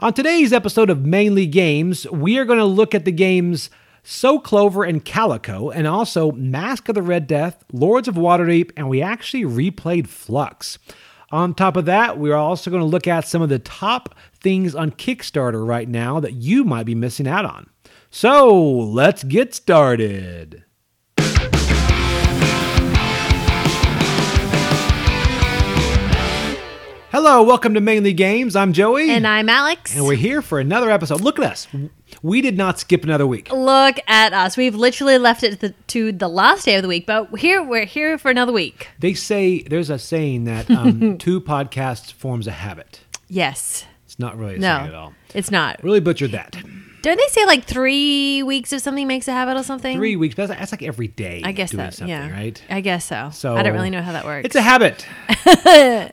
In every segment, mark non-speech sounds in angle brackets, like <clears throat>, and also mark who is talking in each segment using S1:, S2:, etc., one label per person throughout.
S1: On today's episode of Mainly Games, we are going to look at the games So Clover and Calico, and also Mask of the Red Death, Lords of Waterdeep, and we actually replayed Flux. On top of that, we are also going to look at some of the top things on Kickstarter right now that you might be missing out on. So let's get started. Hello, welcome to Mainly Games. I'm Joey.
S2: And I'm Alex.
S1: And we're here for another episode. Look at us. We did not skip another week.
S2: Look at us. We've literally left it to the, to the last day of the week, but here we're here for another week.
S1: They say there's a saying that
S2: <laughs>
S1: um, two podcasts forms a habit.
S2: Yes.
S1: It's not really a
S2: No.
S1: saying at all.
S2: It's not.
S1: Really butchered that.
S2: Don't they say like three weeks of something makes a habit or something?
S1: Three weeks. That's, that's like every day.
S2: I guess
S1: doing
S2: that.
S1: something,
S2: yeah.
S1: Right.
S2: I guess so.
S1: So
S2: I don't really know how that works.
S1: It's a
S2: <laughs>
S1: habit,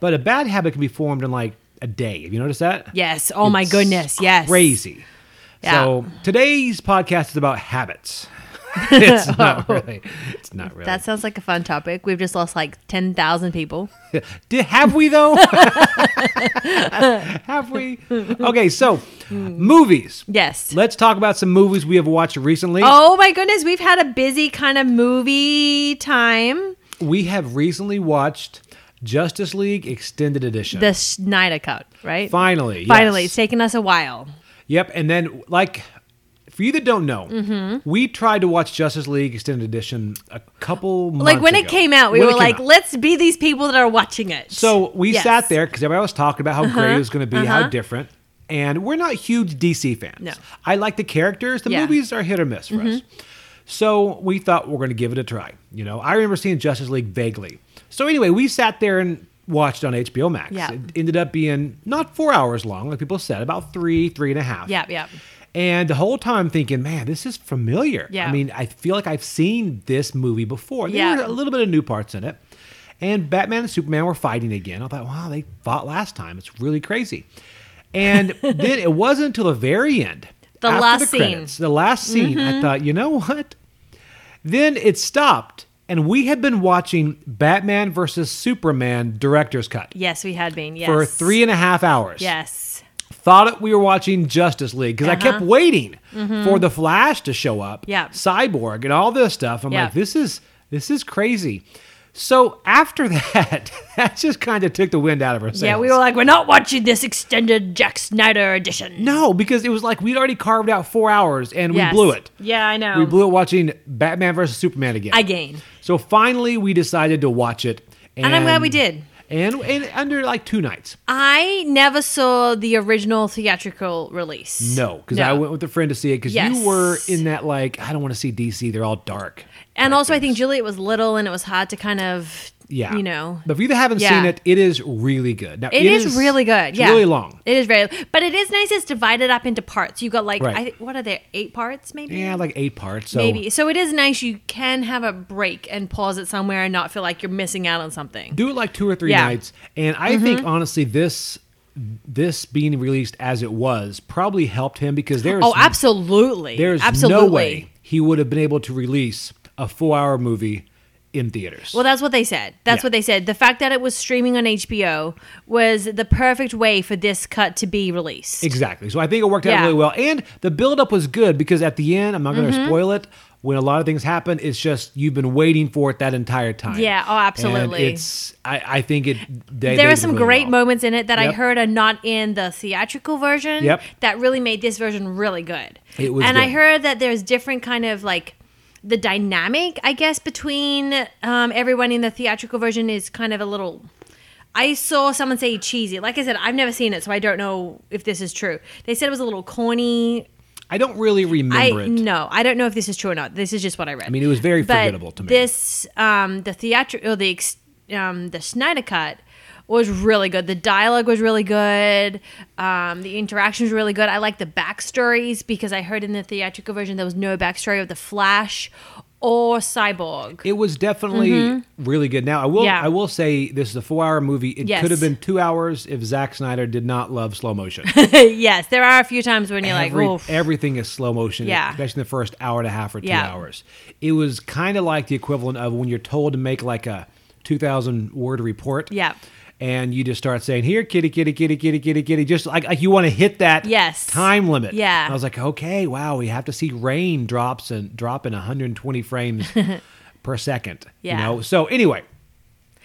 S1: but a bad habit can be formed in like a day. Have you noticed that?
S2: yes. Oh my
S1: It's
S2: goodness. Yes.
S1: Crazy.
S2: Yeah.
S1: So today's podcast is about
S2: <laughs>
S1: habits. it's not
S2: Oh.
S1: really. It's not really.
S2: That sounds like a fun topic. We've just lost like ten thousand people.
S1: Did, have we though? <laughs> have we? Okay, so movies.
S2: Yes.
S1: Let's talk about some movies we have watched recently.
S2: Oh my goodness. We've had a busy kind of movie time.
S1: We have recently watched Justice League Extended Edition.
S2: The Snyder Cut, right?
S1: Finally.
S2: Finally,
S1: yes.
S2: it's taken us a while.
S1: Yep, and then like for you that don't know,
S2: Mm-hmm.
S1: we tried to watch Justice League Extended Edition a couple months
S2: like when it
S1: ago.
S2: came out, we
S1: When it
S2: were
S1: came
S2: like,
S1: out.
S2: let's be these people that are watching it.
S1: So we
S2: Yes. Uh-huh.
S1: sat there because everybody was talking about how great it was going to be, how different. And we're not huge DC fans.
S2: No.
S1: I like the characters. The
S2: Yeah. Mm-hmm.
S1: movies are hit or miss for us. So we thought we're going to give it a try. You know, I remember seeing Justice League vaguely. So anyway, we sat there and watched on HBO Max.
S2: Yeah.
S1: It ended up being not four hours long, like people said, about three, three and a half.
S2: Yep, yep.
S1: And the whole time I'm thinking, man, this is familiar.
S2: Yeah.
S1: I mean, I feel like I've seen this movie before. There
S2: Yeah.
S1: were a little bit of new parts in it. And Batman and Superman were fighting again. I thought, wow, they fought last time. It's really crazy.
S2: <laughs>
S1: And then it wasn't until the very end.
S2: The
S1: after
S2: last scene. Mm-hmm.
S1: credits, The last scene. I thought, you know what? Then it stopped, and we had been watching Batman versus Superman director's cut
S2: yes, we had been. Yes.
S1: for three and a half hours
S2: Yes.
S1: thought it, we were watching Justice League because I kept waiting for the Flash to show up,
S2: Uh-huh. Mm-hmm. Yeah.
S1: Cyborg, and all this stuff. I'm
S2: Yeah.
S1: like, this is this is crazy. So after <laughs> that, that just kind of took the wind out of our sails.
S2: Yeah, we were like, we're not watching this extended Jack Snyder edition.
S1: no, because it was like we'd already carved out four hours and
S2: Yes.
S1: we blew it.
S2: Yeah, I know.
S1: We blew it watching Batman versus Superman again.
S2: I gain.
S1: so finally, we decided to watch it, and,
S2: I'm glad we did.
S1: And, and under like two nights.
S2: I never saw the original theatrical release.
S1: No, because I went with a friend to see it because
S2: Yes.
S1: you were in that like I don't want to see DC. They're all dark.
S2: And also, I think Juliet was little, and it was hard to kind of,
S1: Yeah,
S2: you know,
S1: But if you haven't
S2: Yeah.
S1: seen it, it is really good. Now
S2: It is, really good.
S1: It's
S2: yeah,
S1: really long.
S2: It is very, but it is nice. It's divided up into parts. You got like,
S1: Right.
S2: I think what are there? Eight parts, maybe.
S1: Yeah, like eight parts. So
S2: maybe. So it is nice. You can have a break and pause it somewhere and not feel like you're missing out on something.
S1: do it like two or three
S2: Yeah. Mm-hmm.
S1: nights. And I think honestly, this this being released as it was probably helped him because there's
S2: oh, absolutely.
S1: there's
S2: absolutely.
S1: no way he would have been able to release a four hour movie in theaters.
S2: Well, that's what they said. That's
S1: Yeah.
S2: what they said. The fact that it was streaming on HBO was the perfect way for this cut to be released.
S1: Exactly. So I think it worked out
S2: Yeah.
S1: really well. And the buildup was good because at the end, I'm not
S2: Mm-hmm.
S1: going to spoil it. When a lot of things happen, it's just you've been waiting for it that entire time.
S2: Yeah, oh,
S1: And
S2: absolutely.
S1: it's I, I think it. They,
S2: there
S1: they
S2: are
S1: did
S2: some
S1: really
S2: great
S1: well.
S2: moments in it that I
S1: Yep.
S2: heard are not in the theatrical version.
S1: Yep.
S2: That really made this version really good.
S1: It was
S2: and I
S1: good.
S2: heard that there's different kind of like the dynamic, I guess, between um, everyone in the theatrical version is kind of a little. I saw someone say cheesy. Like I said, I've never seen it, so I don't know if this is true. They said it was a little corny.
S1: I don't really remember
S2: I
S1: it.
S2: no, I don't know if this is true or not. This is just what I read. I
S1: mean, it was very forgettable to me.
S2: This, um, the theatrical, the ex- um, the Snyder cut was really good. The dialogue was really good. Um, the interaction was really good. I like the backstories because I heard in the theatrical version there was no backstory of the Flash or Cyborg.
S1: It was definitely really good. Now I will
S2: Mm-hmm. Yeah.
S1: I will say this is a four hour movie. It
S2: Yes.
S1: could have been two hours if Zack Snyder did not love slow motion.
S2: <laughs> yes, there are a few times when you're
S1: Eh. Every-
S2: like, oh,
S1: everything is slow motion,
S2: Yeah.
S1: especially in the first hour and a half or two
S2: Yeah.
S1: hours. It was kind of like the equivalent of when you're told to make like a 2,000 word report.
S2: Yeah.
S1: and you just start saying, "Here, kitty, kitty, kitty, kitty, kitty, kitty," just like, like you want to hit that
S2: Yes.
S1: time limit.
S2: Yeah.
S1: And I was like, okay, wow, we have to see rain drops and drop in 120
S2: <laughs>
S1: frames per second.
S2: Yeah.
S1: You know. So anyway,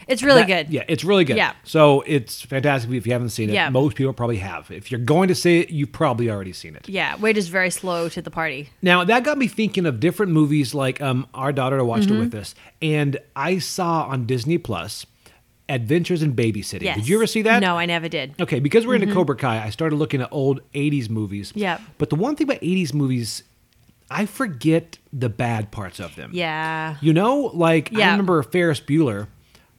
S2: It's really
S1: that-
S2: good.
S1: Yeah, it's really good.
S2: Yeah.
S1: So it's fantastic if you haven't seen it.
S2: Yeah.
S1: Most people probably have. If you're going to see it, you've probably already seen it.
S2: Yeah, we're just very slow to the party.
S1: Now that got me thinking of different movies. Like um, our daughter watched
S2: Mm-hmm.
S1: it with us, and I saw on Disney Plus, Adventures in Babysitting.
S2: Yes.
S1: Did you ever see that?
S2: No, I never did.
S1: Okay, because we're into Cobra Kai, I started looking at old 80s movies.
S2: Yep.
S1: But the one thing about 80s movies, I forget the bad parts of them.
S2: Yeah.
S1: You know, like I
S2: Yeah.
S1: remember Ferris Bueller,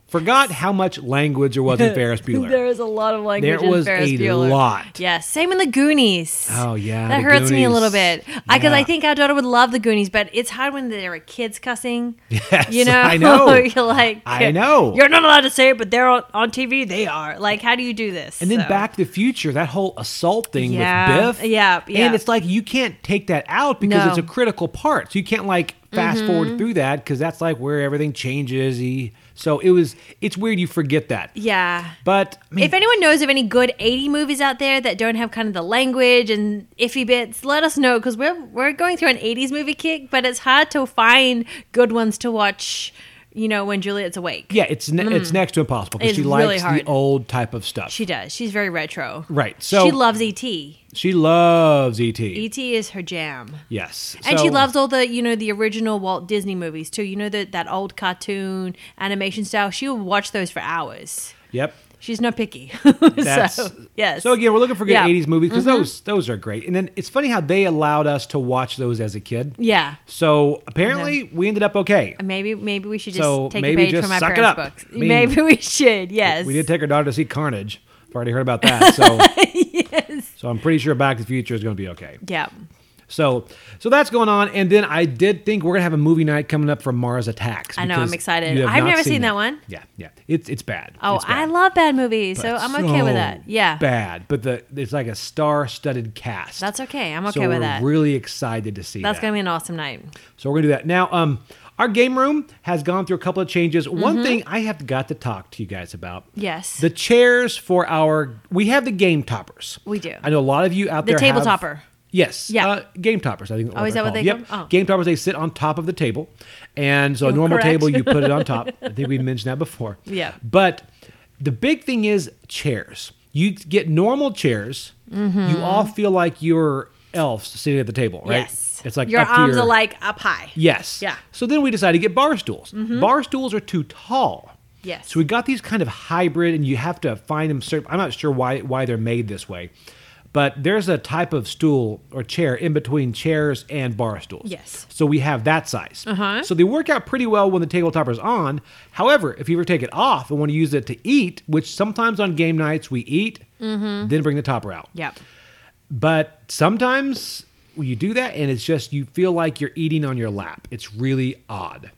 S1: forgot how much language there
S2: <laughs>
S1: was in Ferris Bueller.
S2: There is a lot of language
S1: There was
S2: in Ferris
S1: a
S2: Bueller.
S1: lot.
S2: Yeah, same in the Goonies.
S1: Oh, yeah,
S2: that
S1: the
S2: hurts me a little
S1: Goonies.
S2: bit because I
S1: Yeah.
S2: think our daughter would love the Goonies, but it's hard when there are kids cussing.
S1: <laughs> Yes,
S2: you know,
S1: I know.
S2: <laughs> you're like,
S1: I know.
S2: you're not allowed to say it, but they're on, on TV. They are like, how do you do this?
S1: And then
S2: So-
S1: Back to the Future, that whole assault thing
S2: Yeah,
S1: with Biff.
S2: yeah, yeah.
S1: And it's like you can't take that out because
S2: No. Mm-hmm.
S1: it's a critical part. So you can't like fast forward through that because that's like where everything changes. He, so it was, it's weird you forget that.
S2: yeah.
S1: But I mean,
S2: If anyone knows of any good 80 movies out there that don't have kind of the language and iffy bits, let us know because we're, we're going through an 80s movie kick, but it's hard to find good ones to watch, you know, when Juliet's awake.
S1: Yeah, it's ne- it's next to impossible because
S2: Mm. It's
S1: she
S2: really
S1: likes
S2: hard.
S1: the old type of stuff.
S2: She does. She's very retro.
S1: Right, so-
S2: she loves E E.T.
S1: she loves ET.
S2: E.T. is her jam.
S1: yes,
S2: And she
S1: So-
S2: loves all the, you know, the original Walt Disney movies too. You know, the, that old cartoon animation style. She will watch those for hours.
S1: Yep.
S2: She's not picky.
S1: That's
S2: <laughs> so, yes.
S1: So again, we're looking for good
S2: Yeah. Mm-hmm.
S1: '80s movies because those those are great. And then it's funny how they allowed us to watch those as a kid.
S2: yeah.
S1: So apparently, we ended up okay.
S2: Maybe maybe we should just
S1: So
S2: take
S1: maybe
S2: a page
S1: just
S2: from our
S1: suck it
S2: parents'
S1: up.
S2: books.
S1: I mean,
S2: maybe <laughs> we should. Yes.
S1: We did take our daughter to see Carnage. I've already heard about
S2: <laughs>
S1: that. So so I'm pretty sure Back to the Future is going to be okay.
S2: Yeah.
S1: So so that's going on. And then I did think we're gonna have a movie night coming up for Mars Attacks.
S2: I know, I'm
S1: because
S2: excited.
S1: you have
S2: I've
S1: not
S2: never seen that one.
S1: Yeah, yeah. It's it's bad.
S2: Oh,
S1: It's bad.
S2: I love bad movies, so I'm okay
S1: so
S2: with that. Yeah.
S1: bad. But the it's like a star-studded cast.
S2: That's okay. I'm
S1: So
S2: okay with
S1: we're
S2: that.
S1: Really excited to see
S2: That's
S1: that.
S2: gonna be an awesome night.
S1: so we're gonna do that now. Um, our game room has gone through a couple of changes. One thing I have got to talk to you guys about.
S2: Mm-hmm. Yes.
S1: The chairs for our we have the game toppers.
S2: We do.
S1: I know a lot of you out
S2: The
S1: there
S2: table
S1: have-
S2: topper.
S1: Yes.
S2: Yeah.
S1: Uh, game toppers. I think.
S2: Oh, is
S1: they're
S2: that what
S1: called.
S2: they
S1: Yep.
S2: call- oh.
S1: Game toppers. They sit on top of the table, and so a normal
S2: correct.
S1: table you put it on
S2: <laughs>
S1: top. I think we mentioned that before.
S2: Yeah.
S1: But the big thing is chairs. You get normal chairs. You
S2: Mm-hmm.
S1: all feel like you're elves sitting at the table, right?
S2: Yes.
S1: It's like
S2: your
S1: up to
S2: arms
S1: your-
S2: are like up high.
S1: Yes.
S2: Yeah. Mm-hmm.
S1: So then we decided to get bar stools. Bar stools are too tall.
S2: Yes.
S1: So we got these kind of hybrid, and you have to find them. Certain, I'm not sure why why they're made this way, but there's a type of stool or chair in between chairs and bar stools.
S2: Yes.
S1: So we have that size.
S2: Uh-huh.
S1: So they work out pretty well when the tabletop is on. However, if you ever take it off and want to use it to eat, which sometimes on game nights we eat,
S2: Mm-hmm.
S1: then bring the topper out.
S2: Yep.
S1: But sometimes you do that and it's just you feel like you're eating on your lap. It's really odd.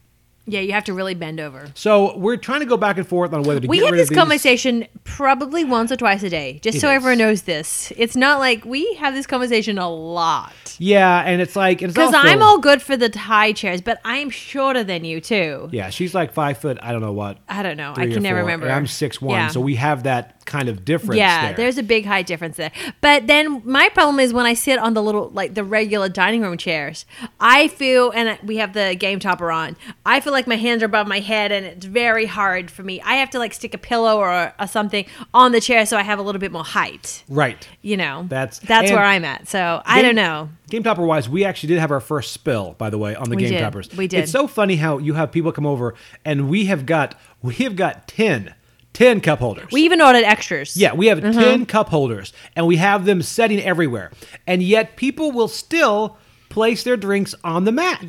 S2: Yeah, you have to really bend over.
S1: So we're trying to go back and forth on whether to
S2: We
S1: get
S2: have
S1: rid of
S2: this
S1: these.
S2: conversation probably once or twice a day, just
S1: It
S2: so everyone
S1: is.
S2: knows this. It's not like we have this conversation a lot.
S1: Yeah, and it's like it's
S2: Because
S1: also-
S2: I'm all good for the high chairs, but I'm shorter than you too.
S1: Yeah, she's like five foot. I don't know what.
S2: I don't know. I
S1: three or
S2: can never
S1: four,
S2: remember.
S1: and I'm six one,
S2: Yeah.
S1: so we have that kind of difference.
S2: yeah,
S1: there.
S2: there's a big height difference there. But then my problem is when I sit on the little, like the regular dining room chairs, I feel, and I- we have the game topper on, I feel like my hands are above my head and it's very hard for me. I have to like stick a pillow or, or something on the chair so I have a little bit more height,
S1: right.
S2: you know?
S1: That's-
S2: that's
S1: and-
S2: where I'm at. So I don't know.
S1: Game topper wise, we actually did have our first spill, by the way, on the
S2: We
S1: game
S2: did.
S1: toppers.
S2: We did.
S1: It's so funny how you have people come over and we have got we have got 10, 10 cup holders.
S2: We even ordered extras.
S1: Yeah, we have
S2: Mm-hmm.
S1: 10 cup holders and we have them setting everywhere. And yet people will still place their drinks on the mat. And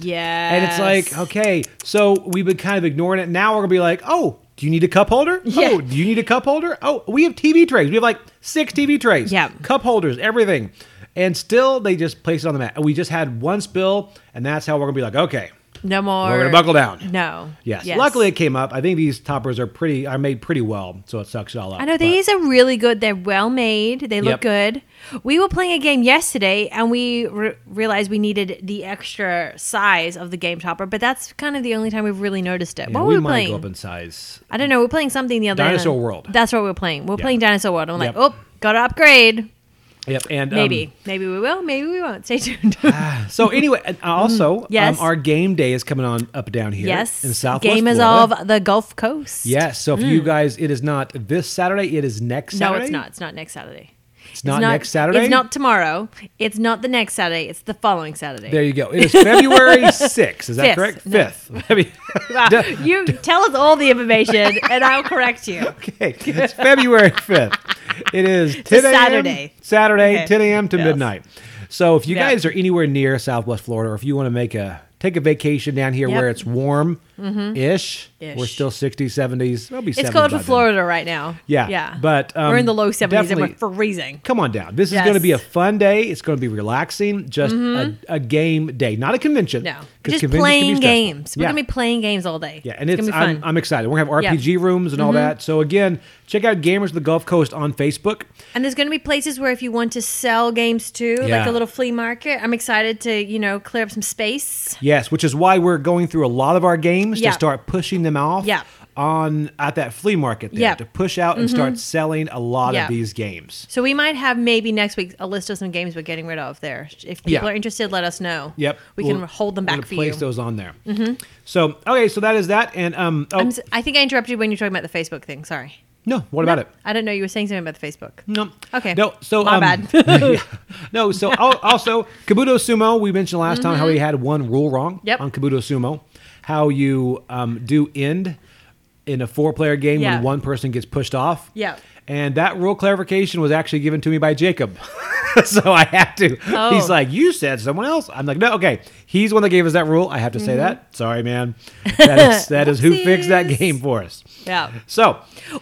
S1: it's
S2: Yes.
S1: like, okay, so we've been kind of ignoring it. Now we're going to be like, oh, do you need a cup
S2: <laughs>
S1: holder?
S2: Yeah.
S1: Oh, do you need a cup holder? Oh, we have TV trays. We have like six TV trays.
S2: Yeah.
S1: Cup holders, everything. And still they just place it on the mat. And we just had one spill and that's how we're going to be like, okay,
S2: No more.
S1: We're gonna buckle down.
S2: No.
S1: Yes. Luckily, it came up. I think these toppers are pretty are made pretty well, so it sucks it all up.
S2: I know
S1: but-
S2: these are really good. They're well made. They look good. We were playing a game yesterday and we re- realized we needed the extra size of the game topper, but that's kind of the only time we've really noticed it.
S1: Yeah,
S2: what
S1: we
S2: were we
S1: might
S2: playing?
S1: go up in size.
S2: I don't know. We're playing something the other day.
S1: Dinosaur World.
S2: That's what we were playing. We're
S1: Yeah.
S2: playing Dinosaur World. I'm
S1: Yep.
S2: like, oh, got to upgrade.
S1: Yep. And um,
S2: Maybe, maybe we will. Maybe we won't.
S1: <laughs>
S2: Stay tuned.
S1: so anyway,
S2: <laughs>
S1: and also,
S2: Mm-hmm. Yes.
S1: um, our game day is coming on up down here.
S2: yes,
S1: In Southwest
S2: game is
S1: Florida.
S2: of the Gulf Coast.
S1: Yes. So if you guys, it is not this Saturday. It is next
S2: No,
S1: Saturday.
S2: it's not. It's not next Saturday.
S1: It's not, next Saturday.
S2: It's not tomorrow. It's not the next Saturday. It's the following Saturday.
S1: There you go. It is February <laughs> sixth. Is that
S2: Fifth.
S1: correct?
S2: No.
S1: Fifth. <laughs> I mean-
S2: <laughs> Wow. you tell us all the information, <laughs> and I'll correct you.
S1: okay. It's
S2: <laughs>
S1: February fifth. It is ten a.m.
S2: Saturday.
S1: Saturday,
S2: Okay.
S1: ten a.m. to
S2: Yes.
S1: midnight. So if you
S2: Yeah.
S1: guys are anywhere near Southwest Florida, or if you want to make a take a vacation down here
S2: Yep. Mm-hmm.
S1: where it's warm ish, we're
S2: Ish.
S1: still 60s, 70s. It'll be
S2: It's
S1: 70s
S2: cold
S1: by
S2: for
S1: then.
S2: Florida right now.
S1: Yeah,
S2: yeah.
S1: but, um,
S2: we're in the low seventies, and we're
S1: definitely-
S2: freezing.
S1: Come on down. This is
S2: Yes. Mm-hmm.
S1: going to be a fun day. It's going to be relaxing. Just a, a game day, not a convention.
S2: No,
S1: 'cause
S2: just
S1: conventions can be
S2: playing
S1: stressful.
S2: games. We're
S1: Yeah.
S2: gonna be playing games all day.
S1: Yeah, and it's,
S2: gonna be fun.
S1: I'm, I'm excited. We're gonna
S2: Yeah. Mm-hmm.
S1: have RPG rooms and all that. So again, check out Gamers of the Gulf Coast on Facebook.
S2: And there's going to be places where if you want to sell games too,
S1: Yeah.
S2: like a little flea market. I'm excited to, you know, clear up some space.
S1: Yes, which is why we're going through a lot of our games
S2: Yeah.
S1: to start pushing them off
S2: Yeah.
S1: on at that flea market there
S2: Yeah. Mm-hmm.
S1: to push out and start selling a lot
S2: Yeah.
S1: of these games.
S2: So we might have maybe next week a list of some games we're getting rid of there. If people
S1: Yeah.
S2: are interested, let us know.
S1: Yep,
S2: We
S1: We'll-
S2: can hold them
S1: we're gonna
S2: back for you. Mm-hmm.
S1: place those on there. So okay, so that is that. And um, oh
S2: I'm s- I think I interrupted you when you were talking about the Facebook thing. Sorry.
S1: no, what about it?
S2: I don't know. You were saying something about the Facebook.
S1: <laughs> No.
S2: Okay.
S1: No. So
S2: My
S1: um,
S2: bad.
S1: <laughs>
S2: <laughs>
S1: yeah. No. So al- also Kabuto Sumo. We mentioned last time how he had one rule wrong
S2: Mm-hmm. Yep.
S1: on Kabuto Sumo. How you um, do end in a four-player game
S2: Yeah.
S1: when one person gets pushed off.
S2: Yeah.
S1: And that rule clarification was actually given to me by Jacob. <laughs> so I had to. He's
S2: Oh.
S1: like, you said someone else. I'm like, no, okay. He's the one that gave us that rule. I have to
S2: Mm-hmm.
S1: say that. Sorry,
S2: <laughs>
S1: man. That is, that is who fixed that
S2: Whoopsies.
S1: game for us.
S2: yeah.
S1: So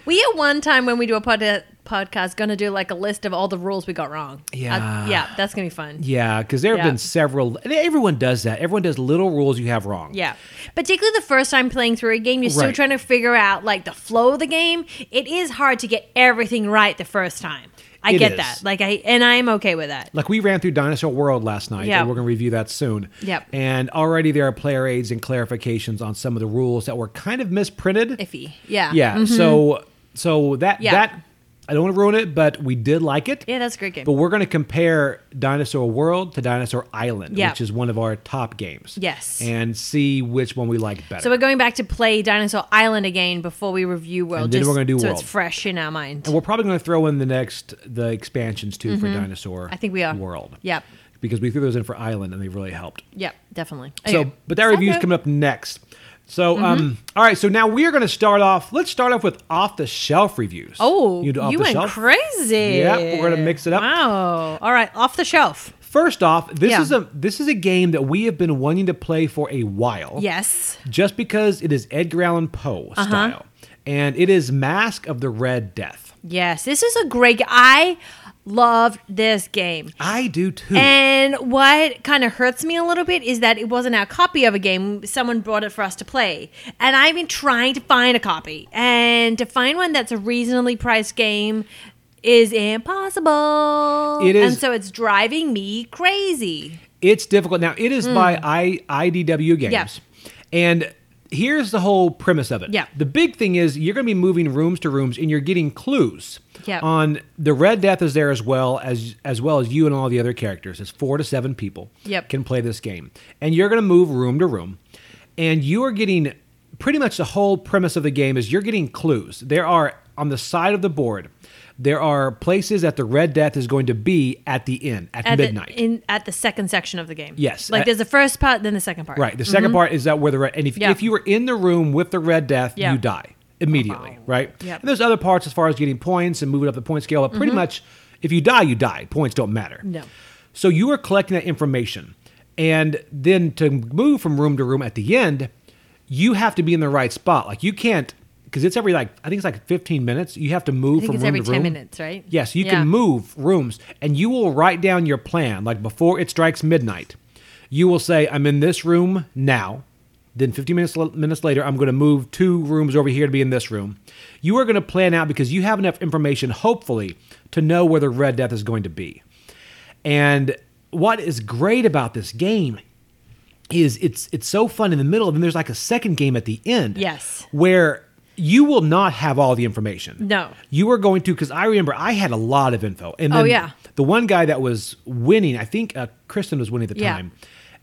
S2: We at one time when we do a pod- podcast going to do like a list of all the rules we got wrong.
S1: Yeah.
S2: Uh, yeah. That's going to be fun.
S1: Yeah, because there have
S2: Yeah.
S1: been several. and Everyone does that. Everyone does little rules you have wrong.
S2: Yeah. Particularly the first time playing through a game, you're still
S1: Right.
S2: trying to figure out like the flow of the game. It is hard to get everything right the first time. I
S1: It
S2: get
S1: is.
S2: that. Like I and I'm okay with that.
S1: Like we ran through Dinosaur World last night,
S2: Yeah.
S1: and we're going to review that soon.
S2: Yep.
S1: And already there are player aids and clarifications on some of the rules that were kind of misprinted.
S2: Iffy. Yeah. Mm-hmm.
S1: yeah. So so that
S2: Yeah.
S1: that I don't want to ruin it, but we did like it.
S2: Yeah, that's a great game.
S1: But we're going to compare Dinosaur World to Dinosaur Island,
S2: Yeah.
S1: which is one of our top games.
S2: Yes.
S1: And see which one we like better.
S2: so we're going back to play Dinosaur Island again before we review World.
S1: And then we're gonna do
S2: so
S1: World.
S2: it's fresh in our mind.
S1: And we're probably going to throw in the next the expansions too for Dinosaur.
S2: Mm-hmm. I think we are.
S1: World.
S2: Yep.
S1: Because we threw those in for Island and they really helped.
S2: Yep. Definitely.
S1: So, but that review's
S2: coming up.
S1: coming up next. So,
S2: Mm-hmm.
S1: um, all right. So now we are going to start off. Let's start off with off the shelf reviews.
S2: Oh, you,
S1: do off the
S2: went
S1: shelf?
S2: crazy.
S1: Yep, we're gonna mix it up.
S2: Wow. All right, off the shelf.
S1: First off, this
S2: Yeah.
S1: is a this is a game that we have been wanting to play for a while.
S2: Yes.
S1: Just because it is Edgar Allan Poe
S2: Uh-huh.
S1: style, and it is Mask of the Red Death.
S2: Yes. This is a great g- I loved this game.
S1: I do too.
S2: And what kind of hurts me a little bit is that it wasn't our copy of a game. Someone brought it for us to play. And I've been trying to find a copy. And to find one that's a reasonably priced game is impossible.
S1: It is-
S2: And so it's driving me crazy.
S1: It's difficult. Now it is by I, IDW Games.
S2: Hmm. Yeah.
S1: And here's the whole premise of it.
S2: Yeah.
S1: The big thing is you're going to be moving rooms to rooms and you're getting clues.
S2: Yeah.
S1: On the Red Death is there as well as as well as you and all the other characters. It's 4 to 7 people
S2: Yep.
S1: can play this game. And you're going to move room to room and you are getting pretty much the whole premise of the game is you're getting clues. There are on the side of the board there are places that the Red Death is going to be at the end at,
S2: at
S1: midnight.
S2: the, in at the second section of the game.
S1: Yes.
S2: like
S1: At-
S2: there's the first part, then the second part. Mm-hmm.
S1: Right. The 2nd part is that where the red, and if,
S2: Yeah.
S1: if you were in the room with the red death,
S2: Yeah.
S1: you die immediately, right?
S2: Yep. Mm-hmm.
S1: And there's other parts as far as getting points and moving up the point scale, but pretty much if you die, you die. Points don't matter.
S2: No.
S1: So you are collecting that information. And then to move from room to room at the end, you have to be in the right spot. Like you can't, because it's every like, I think it's like 15 minutes. You have to move
S2: I think
S1: from
S2: it's
S1: room
S2: every
S1: to
S2: ten
S1: room.
S2: minutes, right?
S1: Yes, you
S2: Yeah.
S1: can move rooms and you will write down your plan. Like before it strikes midnight, you will say, I'm in this room now. Then 15 minutes, minutes later, I'm going to move two rooms over here to be in this room. You are going to plan out because you have enough information, hopefully, to know where the Red Death is going to be. And what is great about this game is it's it's so fun in the middle, and then there's like a second game at the end.
S2: Yes.
S1: Where you will not have all the information.
S2: No.
S1: You are going to because I remember I had a lot of info, and then
S2: Oh, yeah.
S1: the one guy that was winning, I think uh, Kristen was winning at the
S2: Yeah.
S1: time,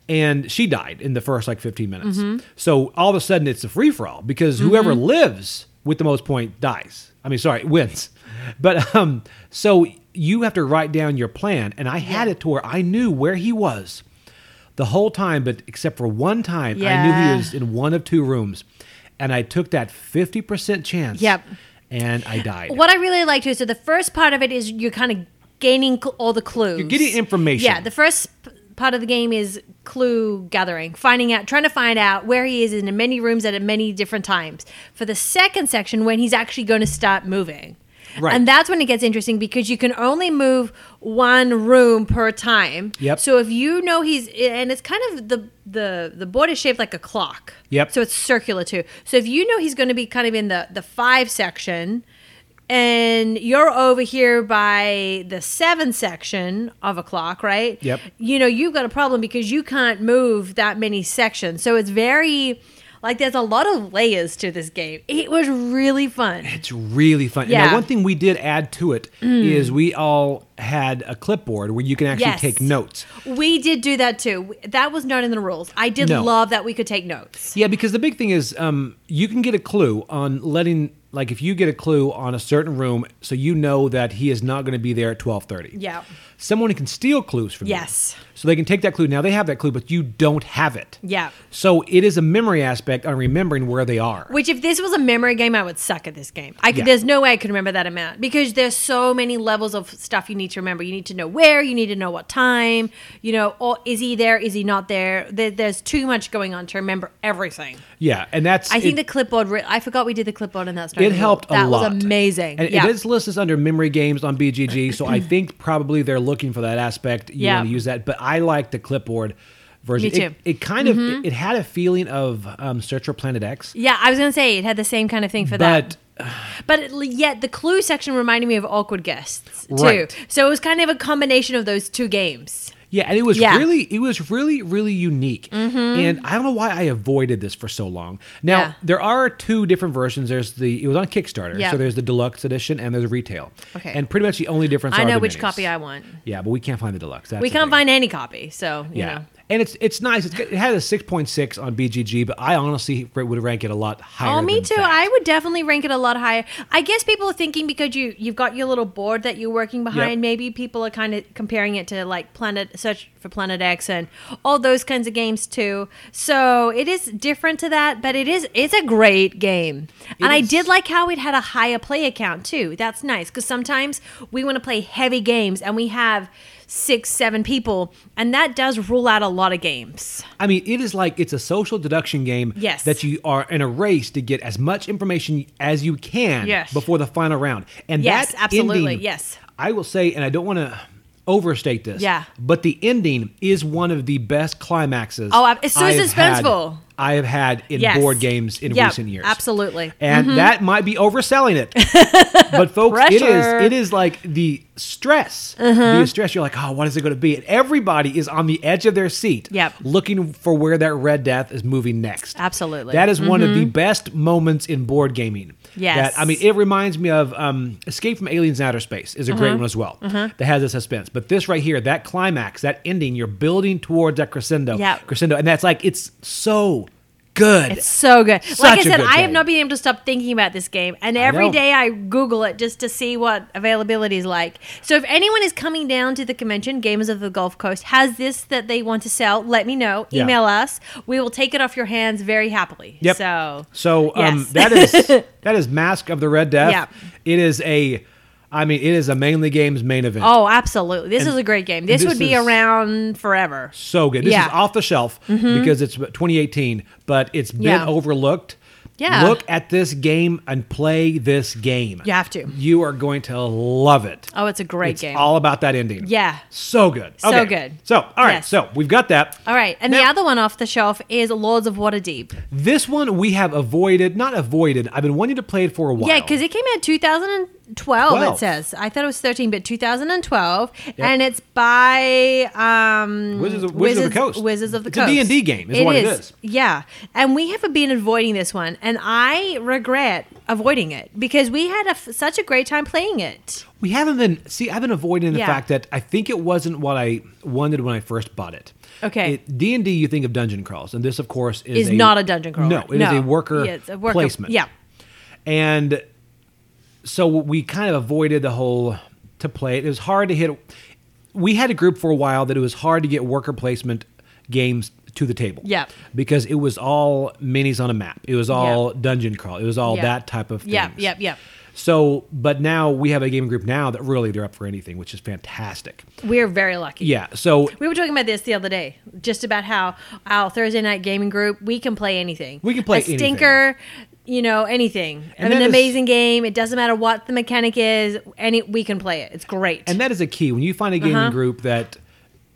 S1: and she died in the first like 15 minutes.
S2: Mm-hmm.
S1: So all of a sudden it's a free for all because whoever lives with the most point dies. I mean, sorry, wins. <laughs> But um, so you have to write down your plan, and I had it to where I knew where he was the whole time, but except for one time, I knew
S2: Yeah.
S1: he was in one of two rooms, and I took that 50% chance.
S2: Yep.
S1: And I died.
S2: What I really like too, so the first part of it is you're kind of gaining cl- all the clues. You're
S1: getting information.
S2: Yeah, the first p- part of the game is clue gathering, finding out, trying to find out where he is in many rooms at many different times. For the second section, when he's actually going to start moving.
S1: Right.
S2: And that's when it gets interesting because you can only move one room per time.
S1: Yep.
S2: So if you know he's and it's kind of the the the board is shaped like a clock.
S1: Yep.
S2: So it's circular too. So if you know he's going to be kind of in the the five section, and you're over here by the seven section of a clock, right?
S1: Yep.
S2: You know you've got a problem because you can't move that many sections. So it's very like there's a lot of layers to this game. It was really fun.
S1: <laughs> It's really fun. And
S2: Yeah. Mm.
S1: now one thing we did add to it is we all had a clipboard where you can actually
S2: Yes.
S1: take notes.
S2: We did do that too. That was not in the rules. I did
S1: No.
S2: love that we could take notes.
S1: Yeah, because the big thing is um, you can get a clue on letting like if you get a clue on a certain room, so you know that he is not going to be there at twelve thirty.
S2: Yeah.
S1: someone can steal clues from you.
S2: Yes.
S1: so they can take that clue. Now they have that clue, but you don't have it.
S2: Yeah.
S1: so it is a memory aspect on remembering where they are.
S2: Which, if this was a memory game, I would suck at this game. I could,
S1: Yeah.
S2: There's no way I could remember that amount because there's so many levels of stuff you need to remember. You need to know where, you need to know what time, you know, or is he there, is he not there? there there's too much going on to remember everything.
S1: yeah, and that's
S2: I think
S1: it-
S2: the clipboard, re- I forgot we did the clipboard and that's not
S1: It
S2: in the
S1: helped a
S2: rule. that
S1: lot.
S2: was amazing.
S1: And
S2: yeah.
S1: it is listed under memory games on
S2: <clears throat>
S1: BGG, so I think probably they're looking for that aspect. You
S2: Yeah.
S1: want to use that, but I like the clipboard version.
S2: Me
S1: It-
S2: too. Mm-hmm.
S1: It, kind of it, it had a feeling of um, Search for Planet X,
S2: yeah, I was going to say it had the same kind of thing for that.
S1: but
S2: But it- yet, the clue section reminded me of awkward guests too.
S1: Right.
S2: So it was kind of a combination of those two games.
S1: yeah, and it was
S2: Yeah. Mm-hmm.
S1: really it was really really unique. And I don't know why I avoided this for so long. Now
S2: Yeah.
S1: there are two different versions. There's the it was on Kickstarter,
S2: Yeah.
S1: so there's the deluxe edition and there's retail.
S2: Okay.
S1: and pretty much the only difference.
S2: I
S1: are
S2: know
S1: the
S2: which
S1: minis.
S2: copy I want.
S1: Yeah, but we can't find the deluxe. That's
S2: We
S1: the
S2: can't
S1: thing.
S2: find any copy, so you
S1: Yeah.
S2: know.
S1: And it's it's nice. It's, got- it had a 6.6 on BGG, but I honestly ra- would rank it a lot higher.
S2: Oh, me
S1: than
S2: too.
S1: that.
S2: I would definitely rank it a lot higher. I guess people are thinking because you you've got your little board that you're working behind.
S1: Yep.
S2: Maybe people are kind of comparing it to like Planet Search for Planet X and all those kinds of games too. So it is different to that, but it is it's a great game. and I
S1: is.
S2: did like how it had a higher play account too. That's nice because sometimes we want to play heavy games and we have six seven people, and that does rule out a lot of games.
S1: I mean, it is like it's a social deduction game.
S2: Yes.
S1: That you are in a race to get as much information as you can
S2: Yes.
S1: before the final round. And
S2: Yes,
S1: that
S2: absolutely.
S1: ending,
S2: Yes.
S1: I will say, and I don't want to overstate this.
S2: Yeah.
S1: But the ending is one of the best climaxes.
S2: Oh, I- it's so
S1: I have had-
S2: suspenseful.
S1: I have had in
S2: Yes.
S1: board games in
S2: Yeah,
S1: recent years.
S2: absolutely.
S1: and
S2: Mm-hmm.
S1: that might be overselling it.
S2: <laughs>
S1: but folks, it
S2: Pressure.
S1: is it is like the stress,
S2: Uh-huh.
S1: the stress. You're like, oh, what is it going to be? And everybody is on the edge of their seat,
S2: Yep.
S1: looking for where that red death is moving next.
S2: Absolutely. Mm-hmm.
S1: that is one of the best moments in board gaming.
S2: Yes.
S1: that, I mean, it reminds me of um, Escape from Aliens in Outer Space is a
S2: Uh-huh.
S1: great one as well. That has a suspense, but this right here, that climax, that ending, you're building towards that crescendo,
S2: Yep.
S1: crescendo, and that's like it's so good.
S2: It's so good.
S1: Such
S2: like I
S1: a
S2: said,
S1: good
S2: I have
S1: game.
S2: not been able to stop thinking about this game, and every
S1: know.
S2: day I Google it just to see what availability is like. So if anyone is coming down to the convention, Gamers of the Gulf Coast has this that they want to sell, let me know.
S1: Yeah.
S2: Email us. We will take it off your hands very happily.
S1: Yep.
S2: So
S1: So um,
S2: Yes.
S1: that
S2: <laughs>
S1: is that is Mask of the Red Death.
S2: Yeah.
S1: It is a, I mean, it is a mainly games main event.
S2: oh, absolutely, this is a great game. This,
S1: this
S2: would be
S1: is-
S2: around forever.
S1: so good. This
S2: yeah. Mm-hmm.
S1: is off the shelf because it's 2018, but it's been
S2: Yeah.
S1: overlooked.
S2: Yeah.
S1: Look at this game and play this game.
S2: You have to.
S1: You are going to love it.
S2: Oh, it's a great
S1: it's
S2: game.
S1: all about that ending.
S2: yeah.
S1: So good.
S2: So
S1: Okay.
S2: good.
S1: So, all right.
S2: Yes.
S1: So, we've got that.
S2: All right. And the
S1: Now-
S2: other one off the shelf is Lords of Waterdeep.
S1: This one we have avoided, not avoided. I've been wanting to play it for a while.
S2: Yeah, because it came out 2012.
S1: Twelve.
S2: It says I thought it was 13, but 2012, and it's by um,
S1: Wizards of- Wizards of the Coast.
S2: Wizards of the
S1: It's a
S2: Coast.
S1: D&D game is what it is.
S2: Yeah, and we have been avoiding this one, and I regret avoiding it because we had a f such a great time playing it.
S1: we haven't been see i've been avoiding the
S2: Yeah.
S1: fact that i think it wasn't what i wanted when i first bought it
S2: Okay.
S1: It- d&d you think of dungeon crawls and this of course is,
S2: Is not a dungeon crawler.
S1: no it is
S2: No.
S1: a worker
S2: Yeah, it's a worker-
S1: placement
S2: yeah.
S1: and so we kind of avoided the whole to play it it was hard to hit we had a group for a while that it was hard to get worker placement games to the table
S2: Yeah.
S1: because it was all minis on a map it was all dungeon crawl it was all
S2: Yeah.
S1: that type of thing
S2: Yep, yep, yep.
S1: so, but now we have a gaming group now that really they're up for anything, which is fantastic.
S2: We're very lucky.
S1: Yeah. So
S2: We were talking about this the other day, just about how our Thursday night gaming group we can play anything.
S1: We can play
S2: a stinker, you know, anything.
S1: And that
S2: an
S1: is-
S2: amazing game. It doesn't matter what the mechanic is. Any we can play it. It's great.
S1: and that is a key when you find a gaming
S2: Uh-huh.
S1: group that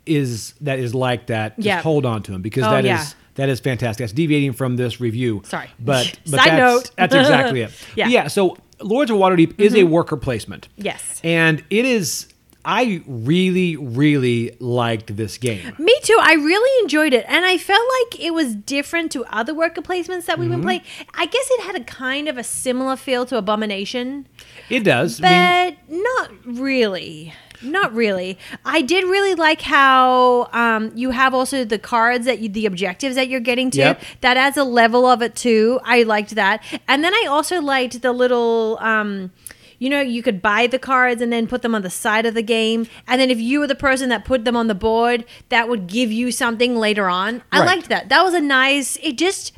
S1: is that is like that just
S2: Yeah.
S1: hold on to them because
S2: Oh,
S1: that is
S2: yeah.
S1: that is fantastic that's deviating from this review
S2: Sorry.
S1: but
S2: <laughs>
S1: but
S2: Side
S1: that's,
S2: note.
S1: that's exactly it
S2: <laughs> Yeah. Mm-hmm.
S1: yeah so lords of waterdeep is a worker placement
S2: Yes.
S1: and it is i really really liked this game
S2: Me too. I really enjoyed it, and I felt like it was different to other worker placements that we've
S1: Mm-hmm.
S2: been playing. I guess it had a kind of a similar feel to Abomination.
S1: it does I mean,
S2: but not really not really i did really like how um, you have also the cards that you the objectives that you're getting to
S1: Yep.
S2: that adds a level of it too i liked that and then i also liked the little um, you know you could buy the cards and then put them on the side of the game and then if you were the person that put them on the board that would give you something later on i
S1: Right.
S2: liked that that was a nice it just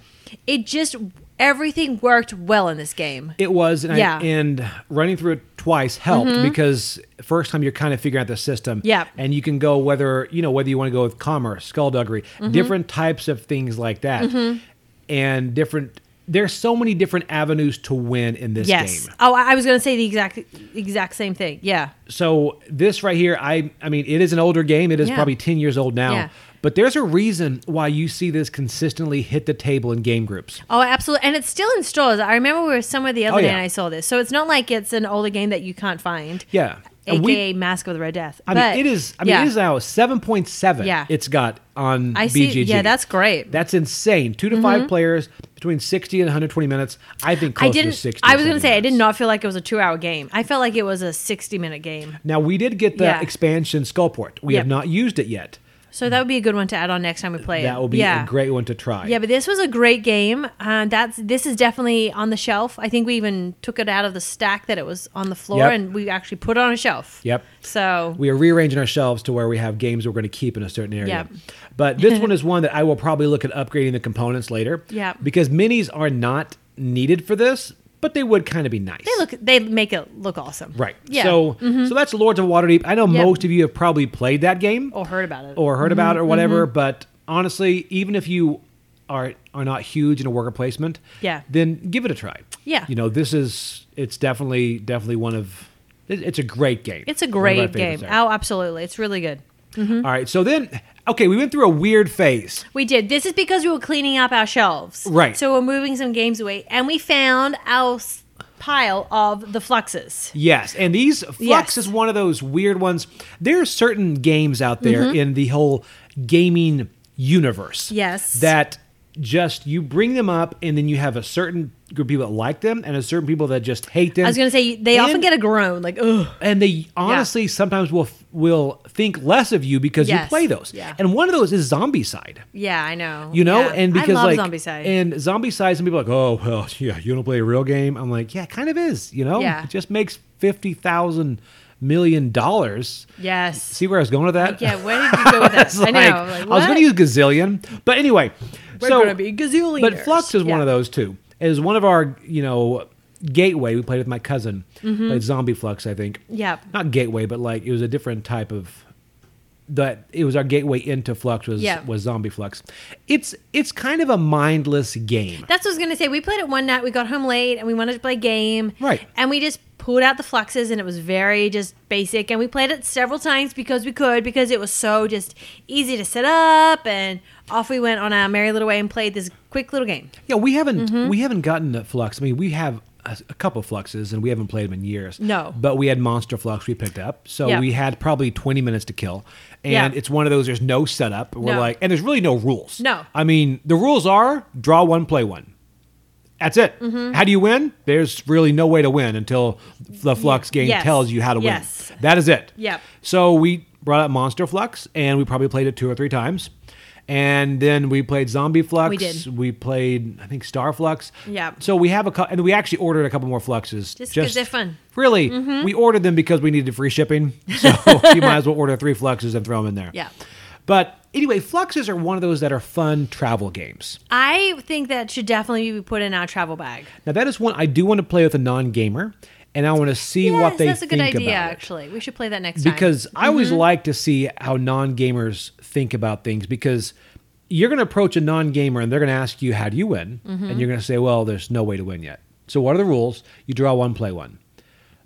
S2: it just everything worked well in this game
S1: It was, and,
S2: Yeah. Mm-hmm.
S1: I, and running through it twice helped because first time you're kind of figuring out the system,
S2: Yeah.
S1: and you can go whether you know whether you want to go with commerce, skullduggery,
S2: Mm-hmm.
S1: different types of things like that, and different. There's so many different avenues to win in this
S2: Yes.
S1: game.
S2: Oh, I I was going to say the exact exact same thing. Yeah.
S1: So this right here, I I mean, it is an older game. It is
S2: Yeah.
S1: probably ten years old now.
S2: Yeah.
S1: But there's a reason why you see this consistently hit the table in game groups.
S2: Oh, absolutely. And it's still in stores. I remember we were somewhere the other
S1: Oh,
S2: day
S1: yeah.
S2: and I saw this. So it's not like it's an older game that you can't find.
S1: Yeah, And we-
S2: AKA Mask of the Red Death.
S1: I
S2: But,
S1: mean, it is. I mean,
S2: yeah.
S1: it is now seven point seven.
S2: Yeah.
S1: it's got on
S2: I see.
S1: BGG.
S2: Yeah, that's Mm-hmm. great.
S1: That's insane. Two to five players between sixty and one hundred twenty minutes. I think closer
S2: I didn't.
S1: to sixty.
S2: I was
S1: going to
S2: say I did not feel like it was a two-hour game. I felt like it was a sixty-minute game.
S1: Now we did get the
S2: Yeah.
S1: expansion Skullport. We have
S2: Yep.
S1: not used it yet.
S2: So that would be a good one to add on next time we play. it.
S1: That will be
S2: yeah.
S1: a great one to try.
S2: Yeah, but this was a great game. Uh, that's this is definitely on the shelf. I think we even took it out of the stack that it was on the floor,
S1: Yep.
S2: and we actually put it on a shelf.
S1: Yep.
S2: So
S1: We are rearranging ourselves to where we have games we're going to keep in a certain area.
S2: Yep.
S1: But
S2: <laughs>
S1: this one is one that I will probably look at upgrading the components later.
S2: Yep.
S1: Because minis are not needed for this, but they would kind of be nice.
S2: they look they make it look awesome.
S1: Right.
S2: Yeah. Mm-hmm.
S1: So so that's Lords of Waterdeep. I know
S2: Yep.
S1: most of you have probably played that game
S2: or mm-hmm. heard about it.
S1: or heard about it or whatever, but honestly, even if you are are not huge in a worker placement,
S2: Yeah.
S1: then give it a try.
S2: Yeah.
S1: You know, this is it's definitely definitely one of it- it's a great game.
S2: it's a
S1: One of my
S2: great
S1: favorites
S2: game. Mm-hmm.
S1: there.
S2: Oh, absolutely. It's really good.
S1: All right. So then okay, we went through a weird phase.
S2: We did. This is because we were cleaning up our shelves.
S1: Right.
S2: So we're moving some games away and we found our s- pile of the fluxes.
S1: Yes, and these Flux
S2: Yes.
S1: is one of those weird ones. There are certain games out there
S2: Mm-hmm.
S1: in the whole gaming universe.
S2: Yes.
S1: That just you bring them up and then you have a certain group of people that like them and a certain people that just hate them.
S2: I was going to say they often
S1: And-
S2: get a groan like ugh.
S1: and they honestly sometimes will will think less of you because you
S2: Yes.
S1: play those.
S2: Yeah.
S1: And one of those is Zombie Side.
S2: Yeah, I know.
S1: You know,
S2: Yeah.
S1: and because
S2: I love
S1: like
S2: Zombie Side.
S1: and Zombie Side, some people are like, oh well, <laughs> yeah, you don't play a real game. I'm like, yeah, it kind of is. You know,
S2: Yeah.
S1: it just makes fifty thousand million dollars.
S2: yes.
S1: See where I was going with that?
S2: Yeah, where did you go with that?
S1: It's
S2: I
S1: <laughs>
S2: know.
S1: like-
S2: I'm like,
S1: I was going
S2: what?
S1: to use gazillion, but anyway,
S2: We're
S1: so
S2: gonna be gazillionaires.
S1: But Flux is one
S2: Yeah.
S1: of those too. It is one of our you know gateway. We played with my cousin, played Zombie Flux, I think.
S2: Mm-hmm. Yep.
S1: Not gateway, but like it was a different type of that it was our gateway into Flux was
S2: Yeah.
S1: was Zombie Flux. It's it's kind of a mindless game.
S2: That's what I was gonna say. We played it one night. We got home late and we wanted to play game.
S1: Right.
S2: And we just pulled out the fluxes and it was very just basic. And we played it several times because we could because it was so just easy to set up and off we went on our merry little way and played this quick little game.
S1: Yeah, we haven't
S2: Mm-hmm.
S1: we haven't gotten to Flux. I mean, we have a, a couple Fluxes and we haven't played them in years.
S2: No.
S1: but we had Monster Flux we picked up, so
S2: Yeah.
S1: we had probably twenty minutes to kill.
S2: Yeah.
S1: And it's one of those. There's no setup. We're
S2: No.
S1: like, and there's really no rules.
S2: No.
S1: I mean, the rules are draw one, play one. That's it.
S2: Mm-hmm.
S1: How do you win? There's really no way to win until the Flux game
S2: Yes.
S1: tells you how to win.
S2: Yes.
S1: That is it.
S2: Yep.
S1: So we brought out Monster Flux, and we probably played it two or three times. And then we played Zombie Flux.
S2: We did.
S1: We played, I think, Star Flux.
S2: Yep.
S1: So we have a, cou- and we actually ordered a couple more Fluxes.
S2: Just 'cause they're fun. Mm-hmm.
S1: Really, we ordered them because we needed free
S2: <laughs>
S1: shipping. So you might as well order three Fluxes and throw them in there.
S2: Yeah.
S1: But anyway, Fluxes are one of those that are fun travel games.
S2: I think that should definitely be put in our travel bag.
S1: Now that is one I do want to play with a non-gamer, and I want to see what they
S2: that's a
S1: think
S2: good idea.
S1: about it.
S2: Actually, we should play that next time. Mm-hmm.
S1: because I always like to see how non-gamers think about things because you're going to approach a non-gamer and they're going to ask you how do you win
S2: Mm-hmm.
S1: and you're going to say well there's no way to win yet. So what are the rules? You draw one play one.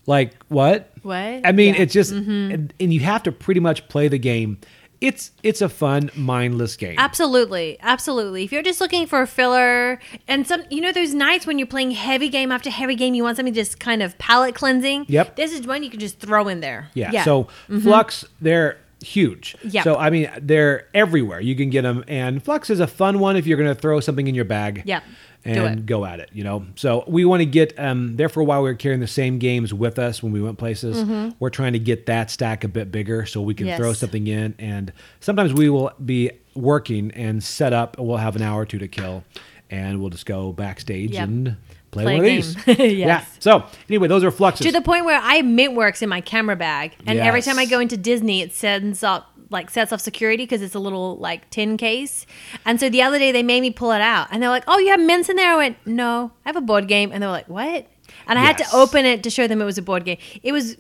S1: Like what?
S2: What?
S1: I mean
S2: Yeah. Mm-hmm.
S1: it's just and, and you have to pretty much play the game. It's it's a fun mindless game.
S2: Absolutely, absolutely. If you're just looking for a filler, and some, you know, those nights when you're playing heavy game after heavy game, you want something just kind of palate cleansing.
S1: Yep.
S2: This is one you can just throw in there.
S1: Yeah. So Flux, they're huge.
S2: Mm-hmm. Yep.
S1: So I mean, they're everywhere. You can get them, and Flux is a fun one if you're going to throw something in your bag.
S2: Yep. Do
S1: And
S2: it.
S1: go at it, you know. So we want to get um there for a while. We were carrying the same games with us when we went places. We're trying to get that stack a bit bigger so we can throw
S2: Mm-hmm. Yes.
S1: something in. And sometimes we will be working and set up. and We'll have an hour or two to kill, and we'll just go backstage
S2: Yep.
S1: and play,
S2: Play a
S1: one of
S2: game.
S1: these.
S2: <laughs>
S1: Yeah.
S2: Yes.
S1: So anyway, those are fluxes.
S2: to the point where I have Mintworks in my camera bag, and every
S1: Yes.
S2: time I go into Disney, it sends up like sets off security because it's a little like tin case. And so the other day they made me pull it out, and they're like, "Oh, you have mints in there?" I went, "No, I have a board game," and they were like, "What?" And I had
S1: Yes.
S2: to open it to show them it was a board game. It was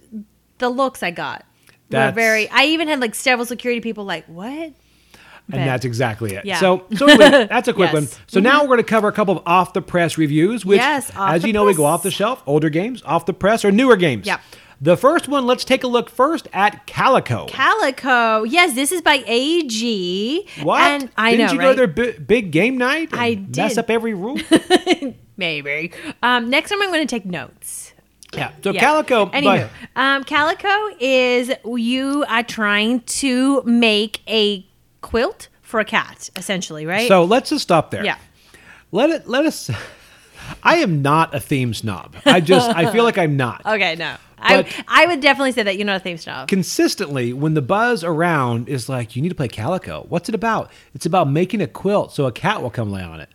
S2: the looks I got
S1: That's-
S2: were very. I even had like several security people like, "What?"
S1: And
S2: But-
S1: that's exactly it.
S2: Yeah.
S1: So, so
S2: <laughs>
S1: anyway, that's a quick
S2: Yes. Mm-hmm.
S1: one. So now we're going to cover a couple of off the press reviews, which,
S2: Yes, off
S1: as
S2: the
S1: you know, we go
S2: press.
S1: off the shelf, older games, off the press, or newer games.
S2: Yep.
S1: The first one, let's take a look first at Calico.
S2: Calico. Yes, this is by AG.
S1: what?
S2: And I
S1: Didn't
S2: know,
S1: you
S2: right?
S1: go to their bi- big game night? and
S2: I
S1: Mess
S2: did.
S1: up every
S2: <laughs>
S1: rule.
S2: Maybe. Um, next time I'm going to take notes.
S1: yeah. So
S2: Yeah.
S1: Calico.
S2: Anywho,
S1: but-
S2: um, calico is you are trying to make a quilt for a cat, essentially, right?
S1: so let's just stop there.
S2: yeah,
S1: Let it. Let us. <laughs> I am not a theme snob. I just. I feel like I'm not.
S2: okay, no,
S1: But-
S2: I I would definitely say that you're not a theme snob.
S1: consistently when the buzz around is like you need to play calico what's it about it's about making a quilt so a cat will come lay on it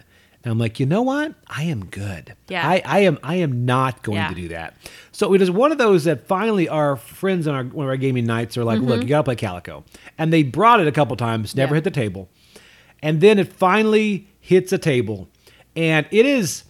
S1: and i'm like you know what i am good
S2: Yeah.
S1: i, I am i am not going
S2: Yeah.
S1: to do that so it is one of those that finally our friends on our one of our gaming nights are like look you gotta play calico and they brought it a couple times never
S2: Mm-hmm. Yeah.
S1: hit the table and then it finally hits a table and it is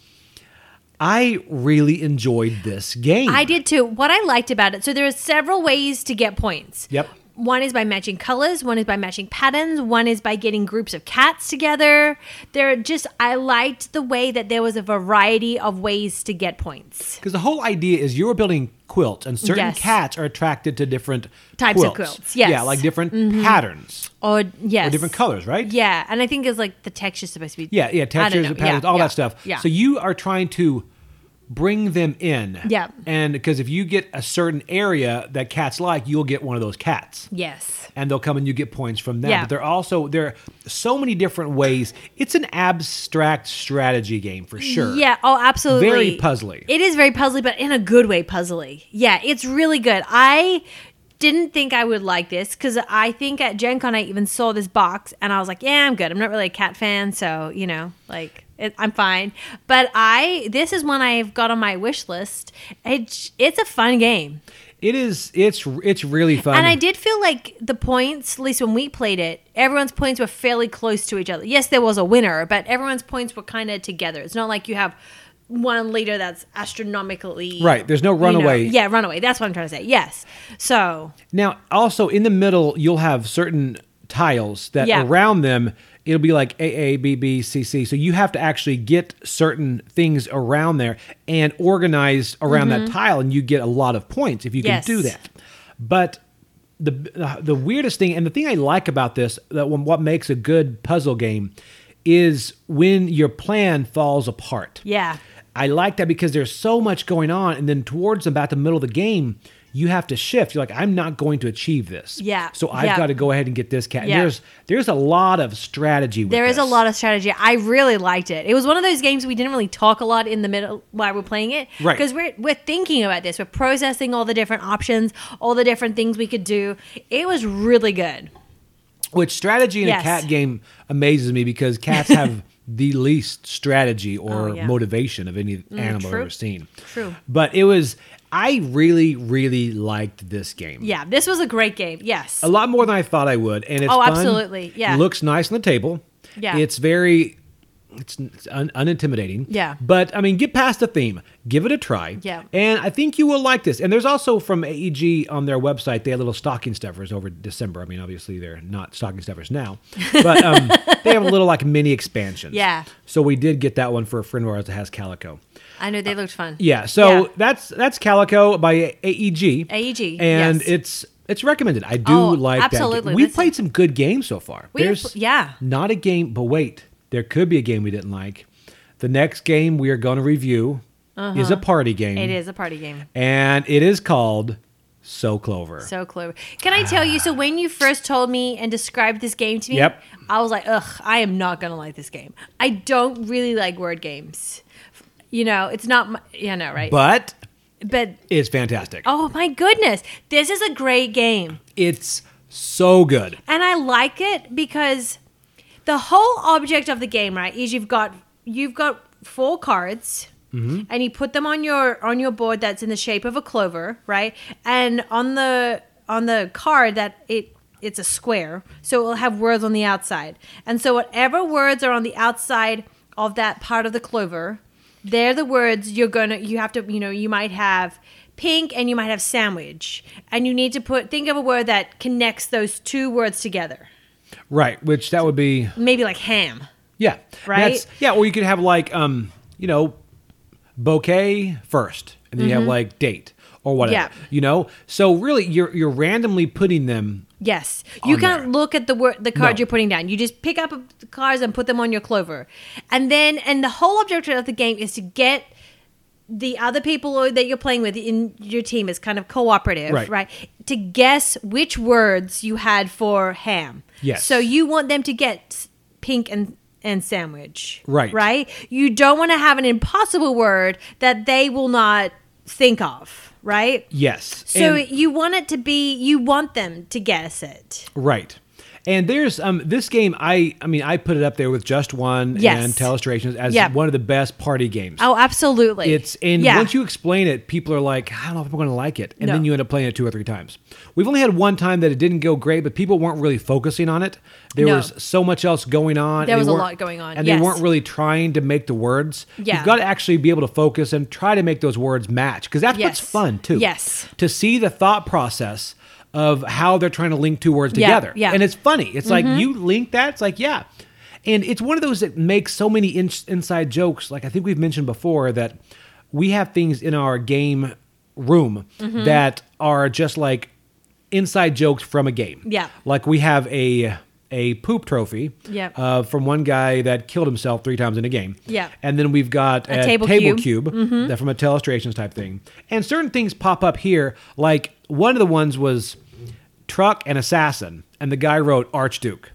S1: i really enjoyed this game
S2: I did too. What I liked about it, so there are several ways to get points.
S1: Yep.
S2: One is by matching colors, one is by matching patterns, one is by getting groups of cats together. There are just I liked the way that there was a variety of ways to get points.
S1: Because the whole idea is you are building quilts, and certain
S2: Yes.
S1: cats are attracted to different
S2: Types of
S1: quilts.
S2: quilts, yes.
S1: yeah, like different patterns
S2: Or yes.
S1: or different colors, right?
S2: Yeah, and I think it's like the texture's supposed to be.
S1: yeah, yeah.
S2: I don't
S1: Textures,
S2: know.
S1: and patterns,
S2: Yeah,
S1: all
S2: yeah,
S1: that stuff.
S2: Yeah.
S1: So you are trying to bring them in.
S2: Yeah.
S1: And because if you get a certain area that cats like, you'll get one of those cats.
S2: yes,
S1: And they'll come and you get points from them.
S2: Yeah.
S1: But they're also there are so many different ways. It's an abstract strategy game for sure.
S2: yeah, oh, absolutely,
S1: Very puzzly.
S2: It is very puzzly, but in a good way puzzly. Yeah, it's really good. I didn't think I would like this because I think at Gen Con I even saw this box and I was like, yeah, I'm good. I'm not really a cat fan, so you know, like. It, I'm fine, but I this is one I've got on my wish list. It, it's a fun game.
S1: It is it's it's really fun.
S2: And I did feel like the points, at least when we played it, everyone's points were fairly close to each other. Yes, there was a winner, but everyone's points were kind of together. It's not like you have one leader that's astronomically
S1: Right, there's no
S2: you know-
S1: runaway.
S2: yeah, runaway. That's what I'm trying to say. Yes. So
S1: Now, also in the middle, you'll have certain tiles that
S2: Yeah.
S1: around them it'll be like A A B B C C. So you have to actually get certain things around there and organized around that tile, and you get a lot of points if you
S2: Mm-hmm. Yes.
S1: can do that. But the the weirdest thing, and the thing I like about this, that one- what makes a good puzzle game, is when your plan falls apart.
S2: yeah,
S1: I like that because there's so much going on, and then towards about the middle of the game, you have to shift. You're like, I'm not going to achieve this.
S2: Yeah.
S1: So I've
S2: Yeah.
S1: got to go ahead and get this cat. And
S2: Yeah.
S1: There's there's a lot of strategy. With
S2: there is a
S1: this.
S2: lot of strategy. I really liked it. It was one of those games we didn't really talk a lot in the middle while we're playing it,
S1: Right.
S2: Because we're we're thinking about this. We're processing all the different options, all the different things we could do. It was really good.
S1: which strategy in
S2: Yes.
S1: a cat game amazes me because cats
S2: <laughs>
S1: have the least strategy or
S2: Oh, yeah. Mm,
S1: motivation of any animal I've
S2: true.
S1: ever seen.
S2: True.
S1: But it was I really really liked this game.
S2: Yeah, this was a great game. Yes.
S1: a lot more than I thought I would, and it's
S2: Oh,
S1: fun.
S2: absolutely. Yeah.
S1: looks nice on the table.
S2: Yeah.
S1: it's very it's, it's un, unintimidating.
S2: Yeah.
S1: but I mean, get past the theme, give it a try.
S2: Yeah.
S1: and I think you will like this. And there's also from AEG on their website they had little stocking stuffers over December. I mean, obviously they're not stocking stuffers
S2: <laughs>
S1: now, but um, they have a little like mini expansions.
S2: Yeah.
S1: so we did get that one for a friend of ours that has Calico.
S2: I know they looked fun.
S1: Uh, Yeah, so
S2: Yeah.
S1: that's that's Calico by AEG.
S2: AEG,
S1: and
S2: yes.
S1: it's it's recommended. I do
S2: Oh,
S1: like that. game.
S2: absolutely.
S1: We've
S2: That's-
S1: played some good games so far.
S2: We have
S1: There's
S2: pl- yeah.
S1: not a game, but wait, there could be a game we didn't like. The next game we are going to review is a party game.
S2: Uh-huh. It is a party game.
S1: and it is called So Clover.
S2: So clever. Can I tell you? So when you first told me and described this game to me,
S1: Yep.
S2: I was like, ugh, I am not gonna like this game. I don't really like word games. You know, it's not. My, yeah, no, right.
S1: but
S2: but
S1: it's fantastic.
S2: oh my goodness, this is a great game.
S1: It's so good.
S2: and I like it because the whole object of the game, right, is you've got you've got four cards. And you put them on your on your board that's in the shape of a clover, right? And on the on the card that it it's a square, so it will have words on the outside. And so whatever words are on the outside of that part of the clover, they're the words you're gonna you have to you know you might have pink and you might have sandwich, and you need to put think of a word that connects those two words together.
S1: Right, which that would be
S2: Maybe like ham.
S1: Yeah.
S2: Right?
S1: That's- yeah, or you could have like um, you know, bouquet first, and then you have like date or whatever.
S2: Mm-hmm. Yeah.
S1: You know? So really you're you're randomly putting them
S2: Yes, you
S1: On
S2: can't
S1: there.
S2: look at the word the card
S1: No.
S2: you're putting down. You just pick up the cards and put them on your clover, and then and the whole objective of the game is to get the other people or- that you're playing with in your team is kind of cooperative,
S1: Right.
S2: right? To guess which words you had for ham.
S1: Yes.
S2: So you want them to get s- pink and and sandwich.
S1: Right.
S2: Right. You don't want to have an impossible word that they will not think of. Right.
S1: yes.
S2: So
S1: And-
S2: you want it to be you want them to guess it.
S1: right. And there's um this game I I mean I put it up there with just one
S2: Yes.
S1: and Telestrations as
S2: Yeah.
S1: one of the best party games.
S2: Oh, absolutely.
S1: It's and
S2: yeah.
S1: once you explain it, people are like, I don't know if I'm going to like it, and then
S2: No.
S1: you end up playing it two or three times. We've only had one time that it didn't go great, but people weren't really focusing on it. There
S2: No.
S1: was so much else going on.
S2: There
S1: and they
S2: was a
S1: weren't-
S2: lot going on,
S1: and
S2: yes.
S1: they weren't really trying to make the words.
S2: Yeah.
S1: you've got to actually be able to focus and try to make those words match because that's what's
S2: Yes.
S1: fun too.
S2: Yes.
S1: to see the thought process. Of how they're trying to link two words
S2: Yeah,
S1: together.
S2: yeah.
S1: And it's funny. It's
S2: Mm-hmm.
S1: like you link that. It's like, yeah. And it's one of those that makes so many in- inside jokes. Like I think we've mentioned before that we have things in our game room
S2: Mm-hmm.
S1: that are just like inside jokes from a game.
S2: Yeah.
S1: Like we have a a poop trophy
S2: Yep.
S1: uh, from one guy that killed himself three times in a game.
S2: Yeah.
S1: And then we've got a,
S2: table
S1: table,
S2: cube. Mm-hmm.
S1: cube, that from a telestrations type thing. And certain things pop up here. Like one of the ones was truck and assassin, and the guy wrote Archduke.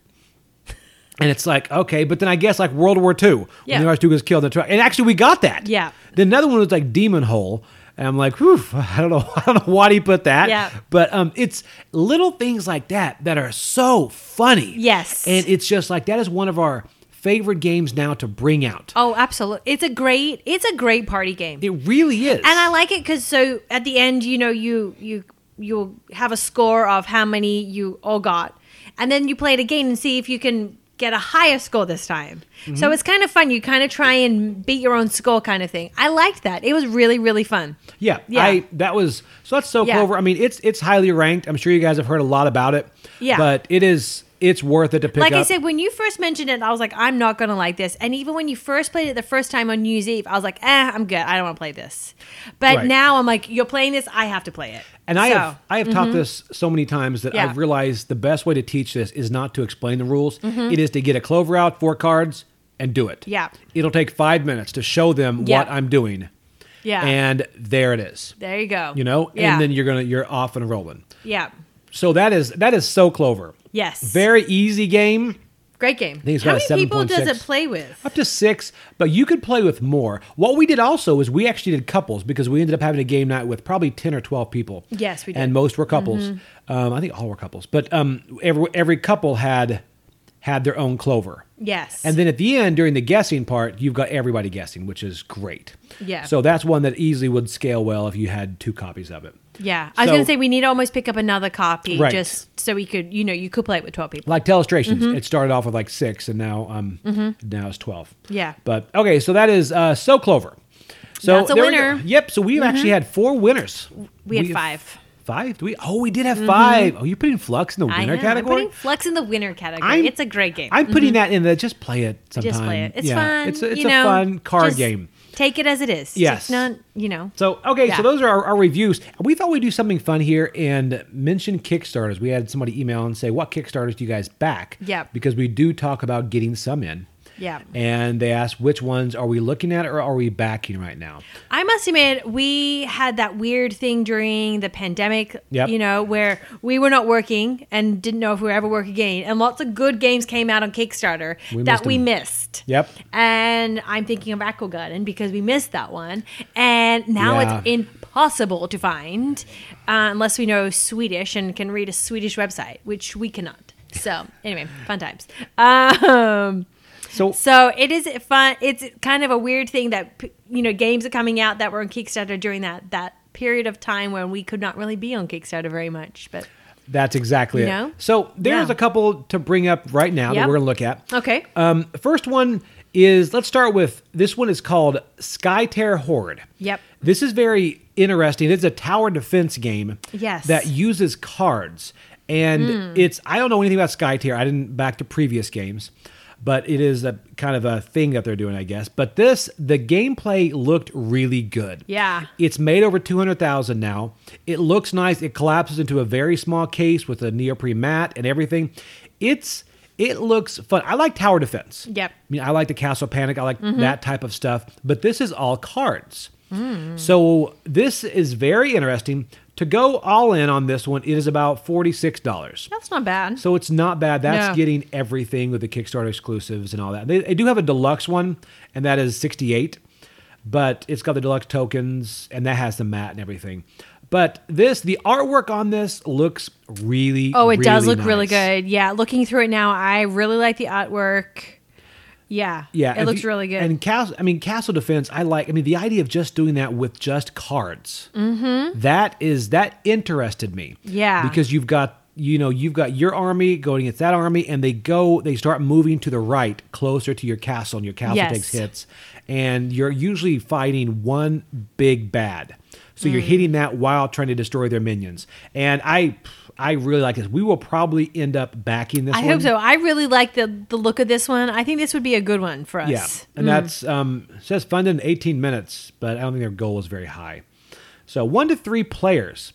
S1: And it's like, okay, but then I guess like World War II,
S2: Yeah.
S1: when the Archduke was killed in a truck. And actually, we got that.
S2: Yeah.
S1: Then another one was like Demon Hole. And I'm like, whew, <laughs> I don't know, I don't know why he put that.
S2: Yeah.
S1: But um, it's little things like that that are so funny.
S2: Yes.
S1: And it's just like, that is one of our favorite games now to bring out.
S2: oh, absolutely. It's a great it's a great party game.
S1: It really is.
S2: and I like it cuz so at the end, you know, you you you'll have a score of how many you all got. And then you play it again and see if you can get a higher score this time.
S1: Mm-hmm.
S2: So it's kind of fun. You kind of try and beat your own score, kind of thing. I liked that. It was really, really fun.
S1: Yeah,
S2: Yeah.
S1: I that was so that's so
S2: Yeah.
S1: clover. I mean, it's it's highly ranked. I'm sure you guys have heard a lot about it.
S2: Yeah.
S1: but it is it's worth it to pick
S2: like
S1: up.
S2: I said, when you first mentioned it, I was like, I'm not gonna like this. And even when you first played it the first time on New Year's Eve, I was like, eh, I'm good. I don't want to play this. But
S1: Right.
S2: now I'm like, you're playing this. I have to play it.
S1: and I
S2: So, mm-hmm.
S1: have I have taught this so many times that
S2: Yeah.
S1: I've realized the best way to teach this is not to explain the rules. It is to get a clover out, four cards, and do it.
S2: Mm-hmm. Yeah.
S1: it'll take five minutes to show them
S2: Yeah.
S1: what I'm doing.
S2: yeah.
S1: and there it is.
S2: there you go.
S1: You know,
S2: Yeah.
S1: and then you're gonna you're off and rolling.
S2: yeah.
S1: So that is that is so clover.
S2: Yes.
S1: Very easy game.
S2: Great game.
S1: think it's
S2: How
S1: got a
S2: many people does
S1: 7.6.
S2: it play with?
S1: up to six, but you could play with more. What we did also is we actually did couples because we ended up having a game night with probably ten or twelve people.
S2: Yes, we did. Mm-hmm.
S1: and most were couples. Um, I think all were couples, but um, every every couple had had their own clover.
S2: Yes.
S1: And then at the end, during the guessing part, you've got everybody guessing, which is great.
S2: Yeah.
S1: So that's one that easily would scale well if you had two copies of it.
S2: yeah, I was
S1: So-
S2: gonna say we need to almost pick up another copy
S1: Right.
S2: just so we could, you know, you could play it with twelve people.
S1: like telestrations
S2: Mm-hmm.
S1: it started off with like six and now um now it's 12
S2: Yeah.
S1: but okay so that is uh so clover so
S2: That's a
S1: there we go.
S2: winner. Mm-hmm.
S1: yep so we've actually had four winners
S2: We had five. Mm-hmm.
S1: five do we oh we did have five. Oh, you're putting flux in the
S2: I know.
S1: winner
S2: I'm
S1: category
S2: putting Flux in the winner category.
S1: I'm-
S2: it's a great game.
S1: i'm putting that in the just play it sometime
S2: just play it. It's
S1: Yeah,
S2: fun.
S1: it's a, it's
S2: you
S1: a
S2: know,
S1: fun card
S2: Just
S1: game
S2: Take it as it is.
S1: Yes.
S2: Just not, you know.
S1: so okay, so
S2: Yeah.
S1: those are our, our reviews. We thought we'd do something fun here and mention Kickstarters. We had somebody email and say, "What Kickstarters do you guys back?"
S2: Yep.
S1: because we do talk about getting some in.
S2: Yeah.
S1: and they asked which ones are we looking at or are we backing right now
S2: I must admit, we had that weird thing during the pandemic,
S1: Yep.
S2: you know, where we were not working and didn't know if we would ever work again. And lots of good games came out on Kickstarter
S1: We
S2: that
S1: missed
S2: we
S1: 'em.
S2: missed.
S1: Yep.
S2: And I'm thinking of Aquagarden because we missed that one. And now
S1: Yeah.
S2: it's impossible to find uh, unless we know Swedish and can read a Swedish website, which we cannot. So, anyway, fun times. Um,
S1: so
S2: so it is fun. It's kind of a weird thing that p- you know games are coming out that were on Kickstarter during that that period of time when we could not really be on Kickstarter very much. But
S1: that's exactly
S2: You
S1: it
S2: know?
S1: so there's
S2: Yeah.
S1: a couple to bring up right now that
S2: Yep.
S1: we're gonna look at
S2: okay,
S1: um first one is let's start with this one is called sky terror horde
S2: Yep.
S1: this is very interesting it's a tower defense game
S2: Yes. Hmm.
S1: that uses cards and it's i don't know anything about sky tier i didn't back to previous games but it is a kind of a thing that they're doing i guess but this the gameplay looked really good
S2: Yeah.
S1: it's made over 200000 now it looks nice it collapses into a very small case with a neoprene mat and everything it's it looks fun i like tower defense
S2: Yep.
S1: I mean, I like the Castle Panic. I like that type of stuff. But this is all cards. So this is very interesting. To go all in on this one, it is about forty-six dollars.
S2: that's not bad.
S1: So it's not bad. That's
S2: No.
S1: getting everything with the Kickstarter exclusives and all that. They, they do have a deluxe one, and that is sixty-eight. But it's got the deluxe tokens, and that has the mat and everything. But this, the artwork on this looks really.
S2: oh, it does look really
S1: nice.
S2: good. Yeah, looking through it now, I really like the artwork. Yeah,
S1: Yeah,
S2: it
S1: if
S2: looks
S1: you-
S2: really good.
S1: And castle, I mean, castle defense. I like. I mean, the idea of just doing that with just cards. Mm-hmm. is that interested me.
S2: Yeah.
S1: because you've got you know you've got your army going against that army, and they go they start moving to the right, closer to your castle, and your castle
S2: Yes.
S1: takes hits, and you're usually fighting one big bad. So
S2: Mm.
S1: you're hitting that while trying to destroy their minions. And I, I really like this. We will probably end up backing this.
S2: I
S1: one.
S2: hope so. I really like the the look of this one. I think this would be a good one for us.
S1: Yeah, and that's um, it says funded in 18 minutes, but I don't think their goal is very high. So one to three players.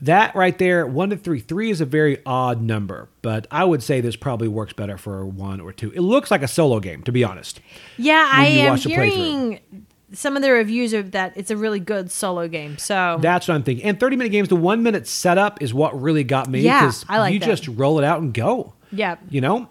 S1: That right there, one to three. Three is a very odd number, but I would say this probably works better for one or two. It looks like a solo game, to be honest.
S2: Yeah, I
S1: you
S2: am
S1: watch the playthrough.
S2: hearing some of the reviews of that. It's a really good solo game. So
S1: That's what I'm thinking. And 30 minute games, the one minute setup is what really got me.
S2: Yeah,
S1: 'cause
S2: I like
S1: You
S2: that.
S1: just roll it out and go.
S2: Yep.
S1: You know?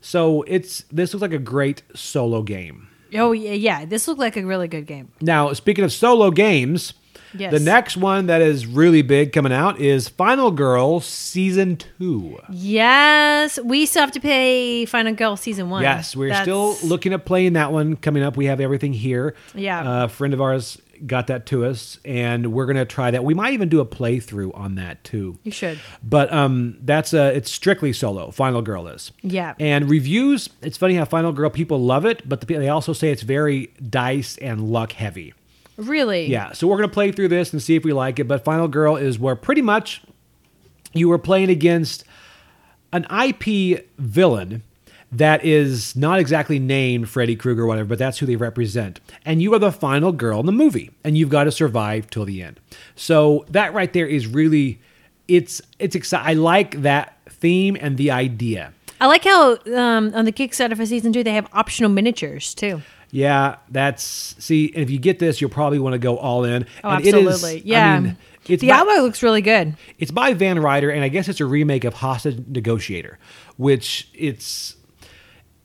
S1: So it's this looks like a great solo game.
S2: oh yeah, yeah, this looked like a really good game.
S1: Now, speaking of solo games,
S2: Yes.
S1: the next one that is really big coming out is Final Girl Season 2.
S2: Yes, we still have to pay Final Girl season one.
S1: Yes, we're
S2: That's-
S1: still looking at playing that one coming up. We have everything here.
S2: Yeah.
S1: Uh, a friend of ours got that to us, and we're gonna try that. We might even do a playthrough on that too.
S2: You should.
S1: But um, that's uh, it's strictly solo. Final Girl is.
S2: Yeah.
S1: And reviews. It's funny how Final Girl people love it, but the, pe- they also say it's very dice and luck heavy.
S2: Really?
S1: Yeah, so we're going to play through this and see if we like it. But Final Girl is where pretty much you were playing against an IP villain that is not exactly named Freddy Krueger or whatever, but that's who they represent. And you are the final girl in the movie, and you've got to survive till the end. So that right there is really it's it's exciting. I like that theme and the idea.
S2: I like how um, on the Kickstarter for season two they have optional miniatures too.
S1: Yeah, that's see. If you get this, you'll probably want to go all in.
S2: Oh,
S1: And it is-
S2: absolutely. yeah.
S1: I mean, it's
S2: the
S1: my-
S2: artwork looks really good.
S1: It's by Van Ryder, and I guess it's a remake of Hostage Negotiator, which it's.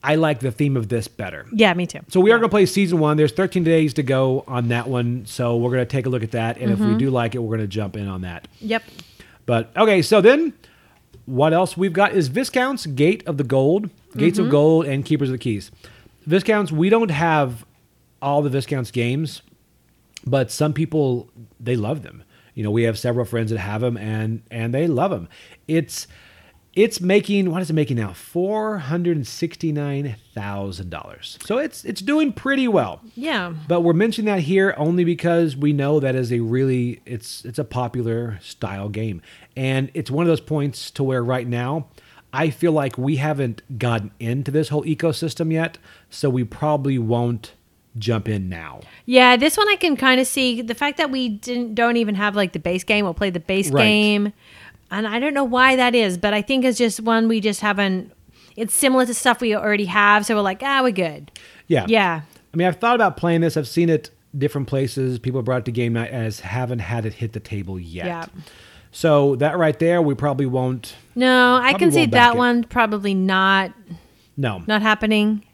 S1: I like the theme of this better.
S2: Yeah, me too.
S1: So we are going to play season one. There's 13 days to go on that one, so we're going to take a look at that, and if we do like it, we're going to jump in on that.
S2: Yep.
S1: But okay, so then what else we've got is Viscounts, Gate of the Gold, Gates of Gold, and Keepers of the Keys. Viscounts, we don't have all the Viscounts games, but some people they love them. You know, we have several friends that have them and and they love them. It's it's making what is it making now? Four hundred and sixty nine thousand dollars. So it's it's doing pretty well.
S2: Yeah.
S1: But we're mentioning that here only because we know that is a really it's it's a popular style game. And it's one of those points to where right now I feel like we haven't gotten into this whole ecosystem yet, so we probably won't jump in now.
S2: Yeah, this one I can kind of see the fact that we didn't don't even have like the base game. We'll play the base
S1: Right.
S2: game, and I don't know why that is, but I think it's just one we just haven't. It's similar to stuff we already have, so we're like, ah, we're good.
S1: Yeah.
S2: Yeah.
S1: I mean, I've thought about playing this. I've seen it different places. People brought it to game night as haven't had it hit the table yet.
S2: Yeah.
S1: So that right there, we probably won't.
S2: No, I
S1: Probably
S2: can see
S1: won't back
S2: that
S1: it.
S2: one probably not
S1: No,
S2: not happening.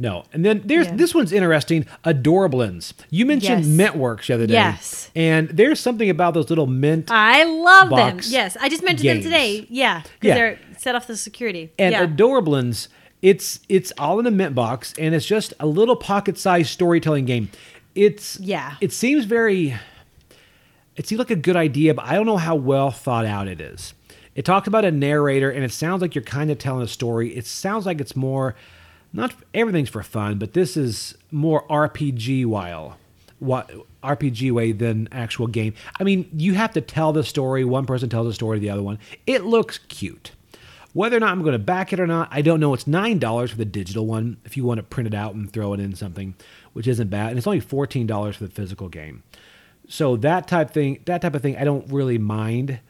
S1: no. And then there's
S2: Yeah.
S1: this one's interesting. Adorablins. You mentioned
S2: Yes.
S1: Mintworks the other day.
S2: Yes.
S1: And there's something about those little mint.
S2: I love them.
S1: Box
S2: Yes, I just mentioned
S1: games.
S2: them today. Yeah, because
S1: Yeah.
S2: they're set off the security.
S1: and
S2: yeah.
S1: Adorablins, it's it's all in a mint box, and it's just a little pocket-sized storytelling game. It's
S2: Yeah.
S1: It seems very. It seems like a good idea, but I don't know how well thought out it is. It talks about a narrator, and it sounds like you're kind of telling a story. It sounds like it's more, not everything's for fun, but this is more RPG while, what RPG way than actual game. I mean, you have to tell the story. One person tells the story to the other one. It looks cute. Whether or not I'm going to back it or not, I don't know. It's nine dollars for the digital one if you want to print it out and throw it in something, which isn't bad, and it's only fourteen dollars for the physical game. So that type thing, that type of thing, I don't really mind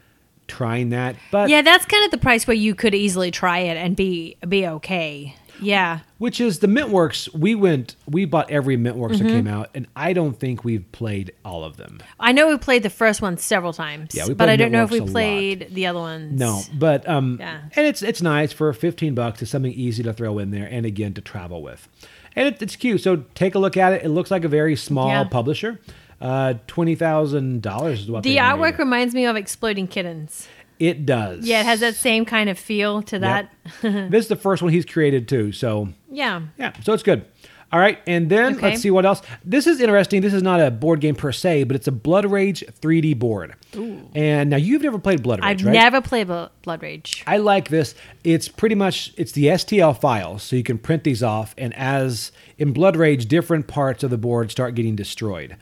S1: trying that. But
S2: yeah, that's kind of the price where you could easily try it and be be okay. Yeah.
S1: which is the Mintworks? We went, we bought every Mintworks that came out, and I don't think we've played all of them.
S2: I know we played the first one several times.
S1: Yeah, we
S2: but
S1: played
S2: I don't know if
S1: Networks
S2: we
S1: a lot.
S2: played the other ones.
S1: No, but um,
S2: Yeah.
S1: and it's it's nice for fifteen bucks. It's something easy to throw in there, and again to travel with, and it, it's cute. So take a look at it. It looks like a very small
S2: Yeah.
S1: publisher. Uh, twenty thousand dollars is what
S2: The
S1: they made
S2: artwork
S1: It.
S2: reminds me of Exploding Kittens.
S1: It does.
S2: Yeah, it has that same kind of feel to that. <laughs>
S1: Yep. this is the first one he's created too. So
S2: Yeah.
S1: yeah, so it's good. All right, and then
S2: Okay.
S1: let's see what else. This is interesting. This is not a board game per se, but it's a Blood Rage 3D board. And now you've never played Blood Rage,
S2: I've
S1: right?
S2: never played Blo- Blood Rage.
S1: I like this. It's pretty much it's the STL files, so you can print these off. And as in Blood Rage, different parts of the board start getting destroyed,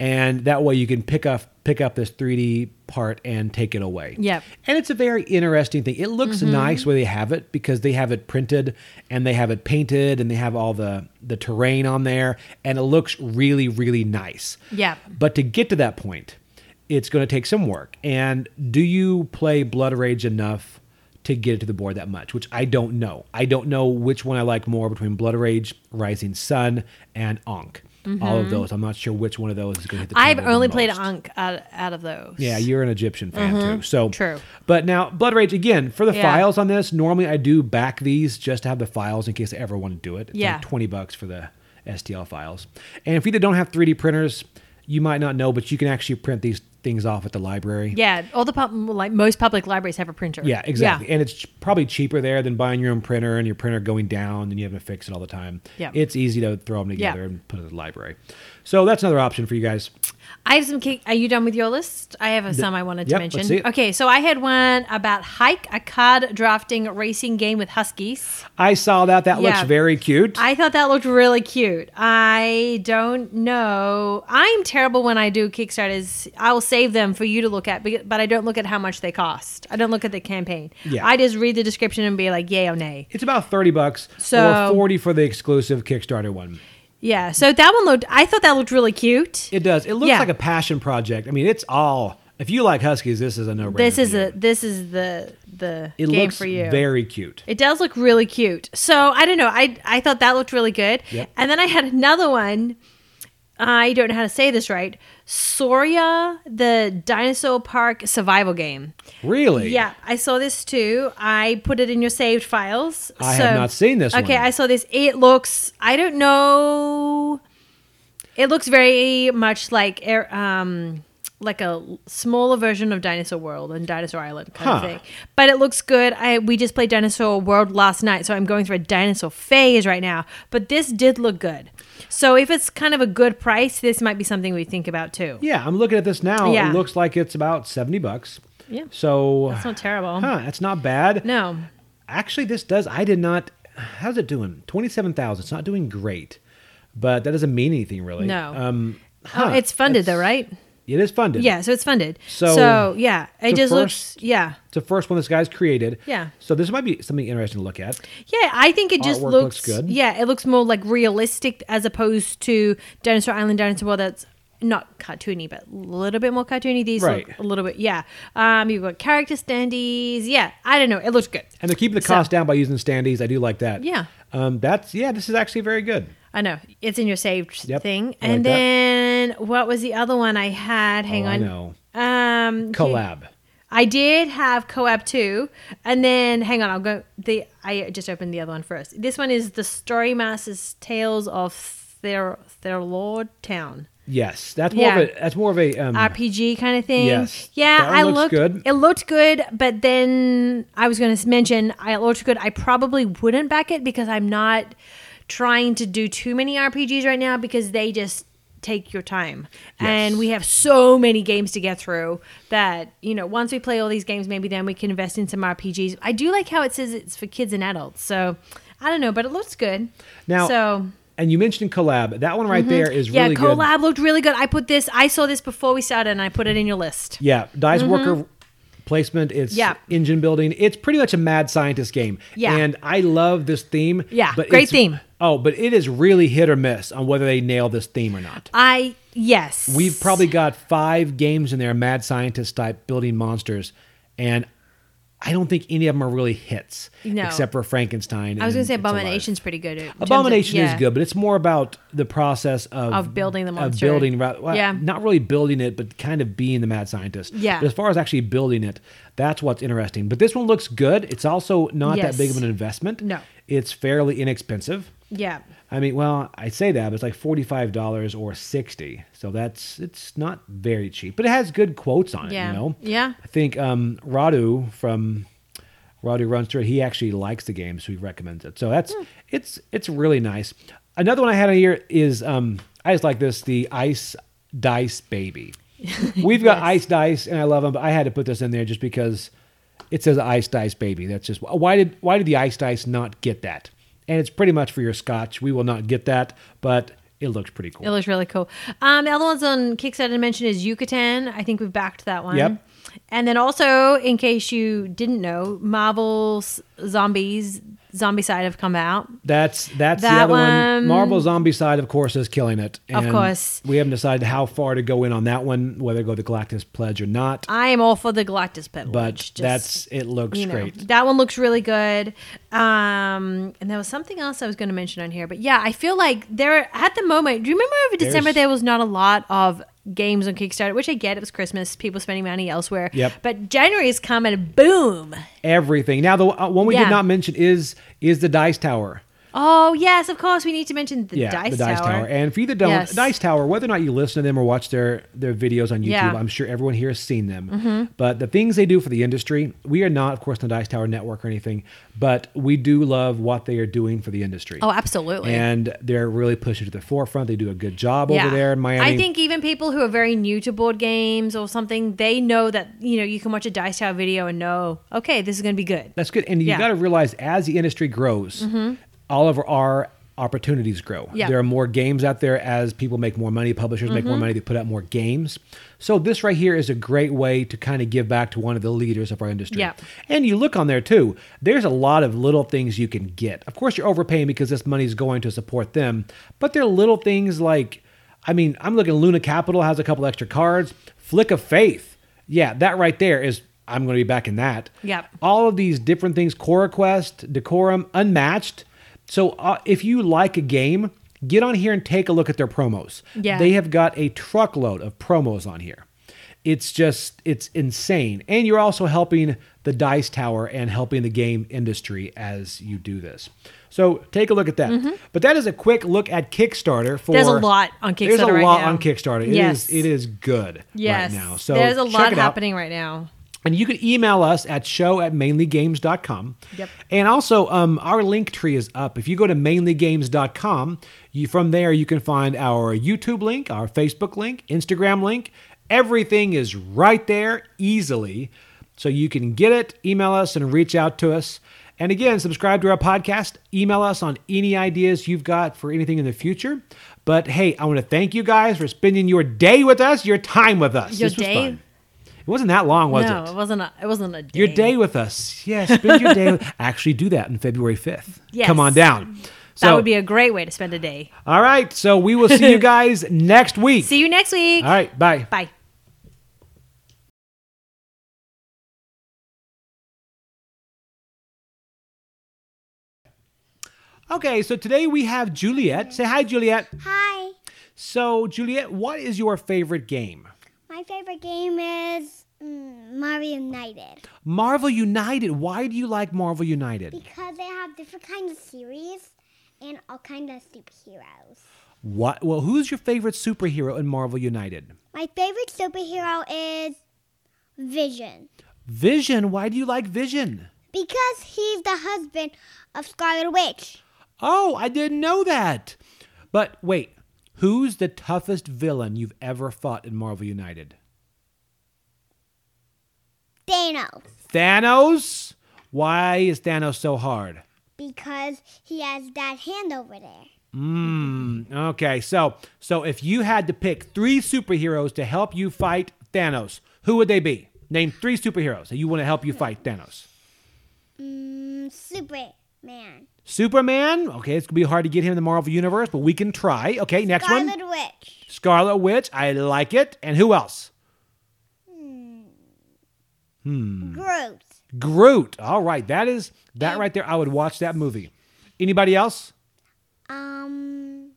S1: and that way you can pick up pick up this 3D part and take it away.
S2: Yep.
S1: And it's a very interesting thing. It looks nice where they have it because they have it printed and they have it painted and they have all the the terrain on there, and it looks really really nice.
S2: Yep.
S1: But to get to that point, it's going to take some work. And do you play Blood Rage enough to get it to the board that much? Which I don't know. I don't know which one I like more between Blood Rage, Rising Sun, and Ankh. All of those. I'm not sure which one of those is going to hit the.
S2: Mm-hmm. I've
S1: table the
S2: only played
S1: most.
S2: Ankh out, out of those.
S1: Yeah, you're an Egyptian fan too. So
S2: Mm-hmm. True.
S1: But now Blood Rage again for the
S2: Yeah.
S1: files on this. Normally I do back these just to have the files in case I ever want to do it. It's
S2: Yeah.
S1: like twenty bucks for the STL files. And if you don't have 3D printers, you might not know, but you can actually print these things off at the library.
S2: Yeah, all the pub- like most public libraries have a printer.
S1: Yeah, exactly. And it's ch- probably cheaper there than buying your own printer and your printer going down and you having to fix it all the time.
S2: Yeah.
S1: It's easy to throw them together
S2: Yeah.
S1: and put it in the library. So that's another option for you guys.
S2: I have some. Cake. Are you done with your list? I have a, some I wanted to
S1: yep,
S2: mention.
S1: let's see it.
S2: Okay, so I had one about hike a card drafting racing game with huskies.
S1: I saw that. That looks
S2: Yeah.
S1: very cute.
S2: I thought that looked really cute. I don't know. I'm terrible when I do Kickstarters. I will save them for you to look at, becau- but I don't look at how much they cost. I don't look at the campaign.
S1: Yeah.
S2: I just read the description and be like, yay or nay.
S1: it's about 30 bucks
S2: So-
S1: or 40 for the exclusive Kickstarter one.
S2: Yeah. So that one looked. I thought that looked really cute.
S1: It does. It looks
S2: Yeah.
S1: like a passion project. I mean, it's all. If you like Huskies, this is a no-brainer.
S2: this
S1: for
S2: is
S1: you.
S2: a. This is the the
S1: It
S2: game
S1: looks
S2: for you.
S1: very cute.
S2: It does look really cute. So I don't know. I I thought that looked really good.
S1: Yep.
S2: And then I had another one. I don't know how to say this right. Soria, the dinosaur park survival game.
S1: Really?
S2: Yeah, I saw this too. I put it in your saved files.
S1: I have not seen this
S2: Okay,
S1: one.
S2: I saw this. It looks. I don't know. It looks very much like air- um like a smaller version of Dinosaur World and Dinosaur Island kind
S1: Huh.
S2: of thing. But it looks good. I we just played Dinosaur World last night, so I'm going through a dinosaur phase right now. But this did look good. So if it's kind of a good price, this might be something we think about too.
S1: Yeah, I'm looking at this now.
S2: Yeah.
S1: It looks like it's about 70 bucks.
S2: Yeah.
S1: So
S2: That's not terrible.
S1: Huh, that's not bad.
S2: No.
S1: Actually, this does. I did not. How's it doing? 27,000. It's not doing great, but that doesn't mean anything really.
S2: No.
S1: Um,
S2: Oh,
S1: huh,
S2: it's funded though,
S1: it's-
S2: right?
S1: It is funded.
S2: Yeah, so it's funded.
S1: So-
S2: So, yeah, it
S1: So
S2: just looks
S1: first-
S2: yeah.
S1: It's the first one this guy's created.
S2: Yeah.
S1: So this might be something interesting to look at.
S2: Yeah, I think it just
S1: Artwork looks
S2: looks,
S1: good.
S2: Yeah, it looks more like realistic as opposed to Dinosaur Island, Dinosaur World. That's not cartoony, but a little bit more cartoony. These
S1: Right.
S2: look a little bit, yeah. Um, you've got character standees. Yeah, I don't know. It looks good.
S1: And they're keeping the
S2: So-
S1: cost down by using standees. I do like that.
S2: Yeah.
S1: Um, that's yeah. This is actually very good.
S2: I know it's in your saved
S1: Yep, I
S2: thing.
S1: like
S2: And
S1: that.
S2: then what was the other one I had? Hang
S1: Oh, I
S2: on.
S1: know.
S2: Um,
S1: Collab.
S2: I did have Coab 2, and then hang on, I'll go. The I just opened the other one first. This one is the Story Master's Tales of their their Lord Town
S1: Yes. That's more of
S2: Yeah.
S1: a. That's more of a. Um,
S2: RPG kind of thing.
S1: Yes.
S2: yeah,
S1: That one
S2: I
S1: looks
S2: looked
S1: good.
S2: It looked good, but then I was going to mention I it looked good. I probably wouldn't back it because I'm not trying to do too many RPGs right now because they just take your time and
S1: Yes.
S2: we have so many games to get through that you know once we play all these games maybe then we can invest in some rpgs i do like how it says it's for kids and adults so i don't know but it looks good
S1: Now-
S2: so
S1: and you mentioned collab. That one right there is
S2: Mm-hmm. yeah
S1: really good.
S2: collab looked really good i put this i saw this before we started and i put it in your list
S1: Yeah, dice worker placement. It's
S2: Mm-hmm. Yeah.
S1: engine building. It's pretty much a mad scientist game.
S2: Yeah.
S1: and I love this theme.
S2: Yeah, great
S1: it's-
S2: theme.
S1: Oh, but it is really hit or miss on whether they nail this theme or not.
S2: I yes.
S1: We've probably got five games in there, mad scientist type building monsters, and I don't think any of them are really hits,
S2: No.
S1: except for Frankenstein.
S2: I was going
S1: and
S2: to say
S1: It's Alive.
S2: abomination's pretty good. in terms of-
S1: Abomination
S2: yeah.
S1: is good, but it's more about the process of
S2: Of building the
S1: Of
S2: monster.
S1: building, ra- well,
S2: Yeah.
S1: not really building it, but kind of being the mad scientist.
S2: Yeah.
S1: But as far as actually building it, that's what's interesting. But this one looks good. It's also not that
S2: Yes.
S1: big of an investment.
S2: No.
S1: It's fairly inexpensive.
S2: Yeah.
S1: I mean, well, I say that, but it's like forty-five dollars or sixty. So that's it's not very cheap, but it has good quotes on it.
S2: Yeah.
S1: You know.
S2: Yeah.
S1: I think um, Radu from Radu runs through it. He actually likes the game, so he recommends it. So that's
S2: Hmm.
S1: it's it's really nice. Another one I had on here is um, I just like this the Ice Dice Baby. We've got Ice Dice, and I love them, but I had to put this in there just because it says Ice Dice Baby. That's just why did why did the Ice Dice not get that? And it's pretty much for your Scotch. We will not get that, but it looks pretty cool.
S2: It looks really cool. Um, the other ones on Kickstarter I mentioned is Yucatan. I think we've backed that one.
S1: Yep.
S2: And then also, in case you didn't know, Marvel's Zombies Zombie Side have come out.
S1: That's that's the
S2: That
S1: other one.
S2: one-
S1: Marvel Zombie side, of course, is killing it.
S2: Of
S1: And
S2: course.
S1: we haven't decided how far to go in on that one, whether to go the Galactus Pledge or not.
S2: I am all for the Galactus Pedal.
S1: But
S2: which just-
S1: that's it. Looks
S2: you know,
S1: great.
S2: That one looks really good. Um, and there was something else I was going to mention on here, but yeah, I feel like there at the moment. Do you remember over December
S1: There's-
S2: there was not a lot of games on Kickstarter, which I get it was Christmas, people spending money elsewhere.
S1: Yep.
S2: But January has come and boom.
S1: Everything. Now the uh, one we did
S2: Yeah.
S1: not mention is is the Dice Tower.
S2: Oh yes, of course. We need to mention the
S1: yeah,
S2: dice
S1: the Dice Tower.
S2: tower.
S1: And for you that don't,
S2: Yes.
S1: Dice Tower, whether or not you listen to them or watch their their videos on YouTube,
S2: Yeah. Mm-hmm.
S1: I'm sure everyone here has seen them. But the things they do for the industry, we are not, of course, the Dice Tower network or anything, but we do love what they are doing for the industry.
S2: oh, absolutely.
S1: And they're really pushing to the forefront. They do a good job
S2: yeah.
S1: over there in Miami.
S2: I think even people who are very new to board games or something, they know that you know you can watch a dice tower video and know, okay, this is going to be good.
S1: That's good. And you
S2: Yeah. Mm-hmm.
S1: got to realize as the industry grows, all of our opportunities grow.
S2: Yeah. Mm-hmm.
S1: There are more games out there as people make more money, publishers make more money, they put out more games. So this right here is a great way to kind of give back to one of the leaders of our industry.
S2: Yeah.
S1: And you look on there too, there's a lot of little things you can get. Of course, you're overpaying because this money is going to support them, but there are little things like, I mean, I'm looking, Luna Capital has a couple extra cards, Flick of Faith. Yeah, that right there is, I'm going to be back in that.
S2: Yep.
S1: All of these different things, Core Quest, Decorum, Unmatched. So uh, if you like a game, get on here and take a look at their promos.
S2: Yeah.
S1: They have got a truckload of promos on here. It's just, it's insane. And you're also helping the Dice Tower and helping the game industry as you do this. So take a look at that. But that is a quick look at Kickstarter for.
S2: Mm-hmm. There's a lot on
S1: There's a
S2: Kickstarter right
S1: lot
S2: now.
S1: on Kickstarter. It is
S2: Yes.
S1: it is good
S2: Yes.
S1: right now. So
S2: there's a
S1: check
S2: lot
S1: it out.
S2: happening right now.
S1: And you can email us at show at mainlygames.com.
S2: Yep.
S1: And also, um, our link tree is up. If you go to mainlygames.com, you, from there you can find our YouTube link, our Facebook link, Instagram link. Everything is right there easily. So you can get it, email us, and reach out to us. And again, subscribe to our podcast. Email us on any ideas you've got for anything in the future. But hey, I want to thank you guys for spending your day with us, your time with us.
S2: Your
S1: This was
S2: day?
S1: fun. It wasn't that long, was
S2: no,
S1: it?
S2: it? wasn't. A, it wasn't a day.
S1: Your day with us. Yes, spend your
S2: <laughs>
S1: day. With, actually, do that on February 5th.
S2: Yes.
S1: Come on down. So,
S2: that would be a great way to spend a day.
S1: all right. So we will
S2: <laughs>
S1: see you guys next week.
S2: See you next week.
S1: all right. Bye.
S2: Bye.
S1: Okay. So today we have Juliet. Say hi, Juliet.
S3: Hi,
S1: So, Juliet, what is your favorite game?
S3: my favorite game is mm, Mario United
S1: Marvel United. Why do you like Marvel United?
S3: because they have different kinds of series and all kind of superheroes.
S1: What? Well, who's your favorite superhero in Marvel United?
S3: My favorite superhero is Vision
S1: Vision. Why do you like Vision?
S3: because he's the husband of Scarlet Witch.
S1: Oh, I didn't know that. But wait, who's the toughest villain you've ever fought in Marvel United?
S3: Thanos
S1: Thanos? Why is Thanos so hard?
S3: because he has that hand over there.
S1: Mmm. Okay, so so if you had to pick three superheroes to help you fight Thanos, who would they be? Name three superheroes that you want to help you fight Thanos.
S3: Mm, Superman,
S1: Superman? Okay, it's gonna be hard to get him in the Marvel universe, but we can try. Okay, next
S3: Scarlet
S1: one.
S3: Witch,
S1: Scarlet Witch. I like it. And who else?
S3: Groot,
S1: Groot. All right, that is that right there. I would watch that movie. Anybody else?
S3: um,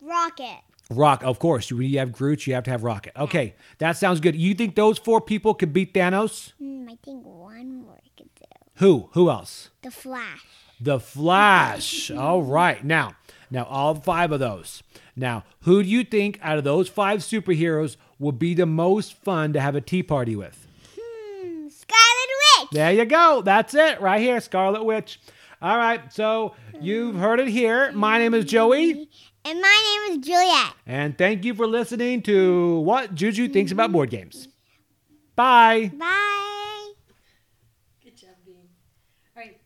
S3: Rocket.
S1: Rock, of course. You, you have Groot, you have to have Rocket. Okay, that sounds good. You think those four people could beat Thanos?
S3: Mm, I think one more I could do.
S1: Who? Who else?
S3: The Flash.
S1: The Flash. All right, now, now all five of those. Now, who do you think out of those five superheroes will be the most fun to have a tea party with?
S3: Hmm, Scarlet Witch.
S1: There you go. That's it right here, Scarlet Witch. All right, so you've heard it here. My name is Joey.
S3: And my name is Juliet.
S1: And thank you for listening to What Juju Thinks About Board Games. Bye.
S3: Bye.
S2: All right.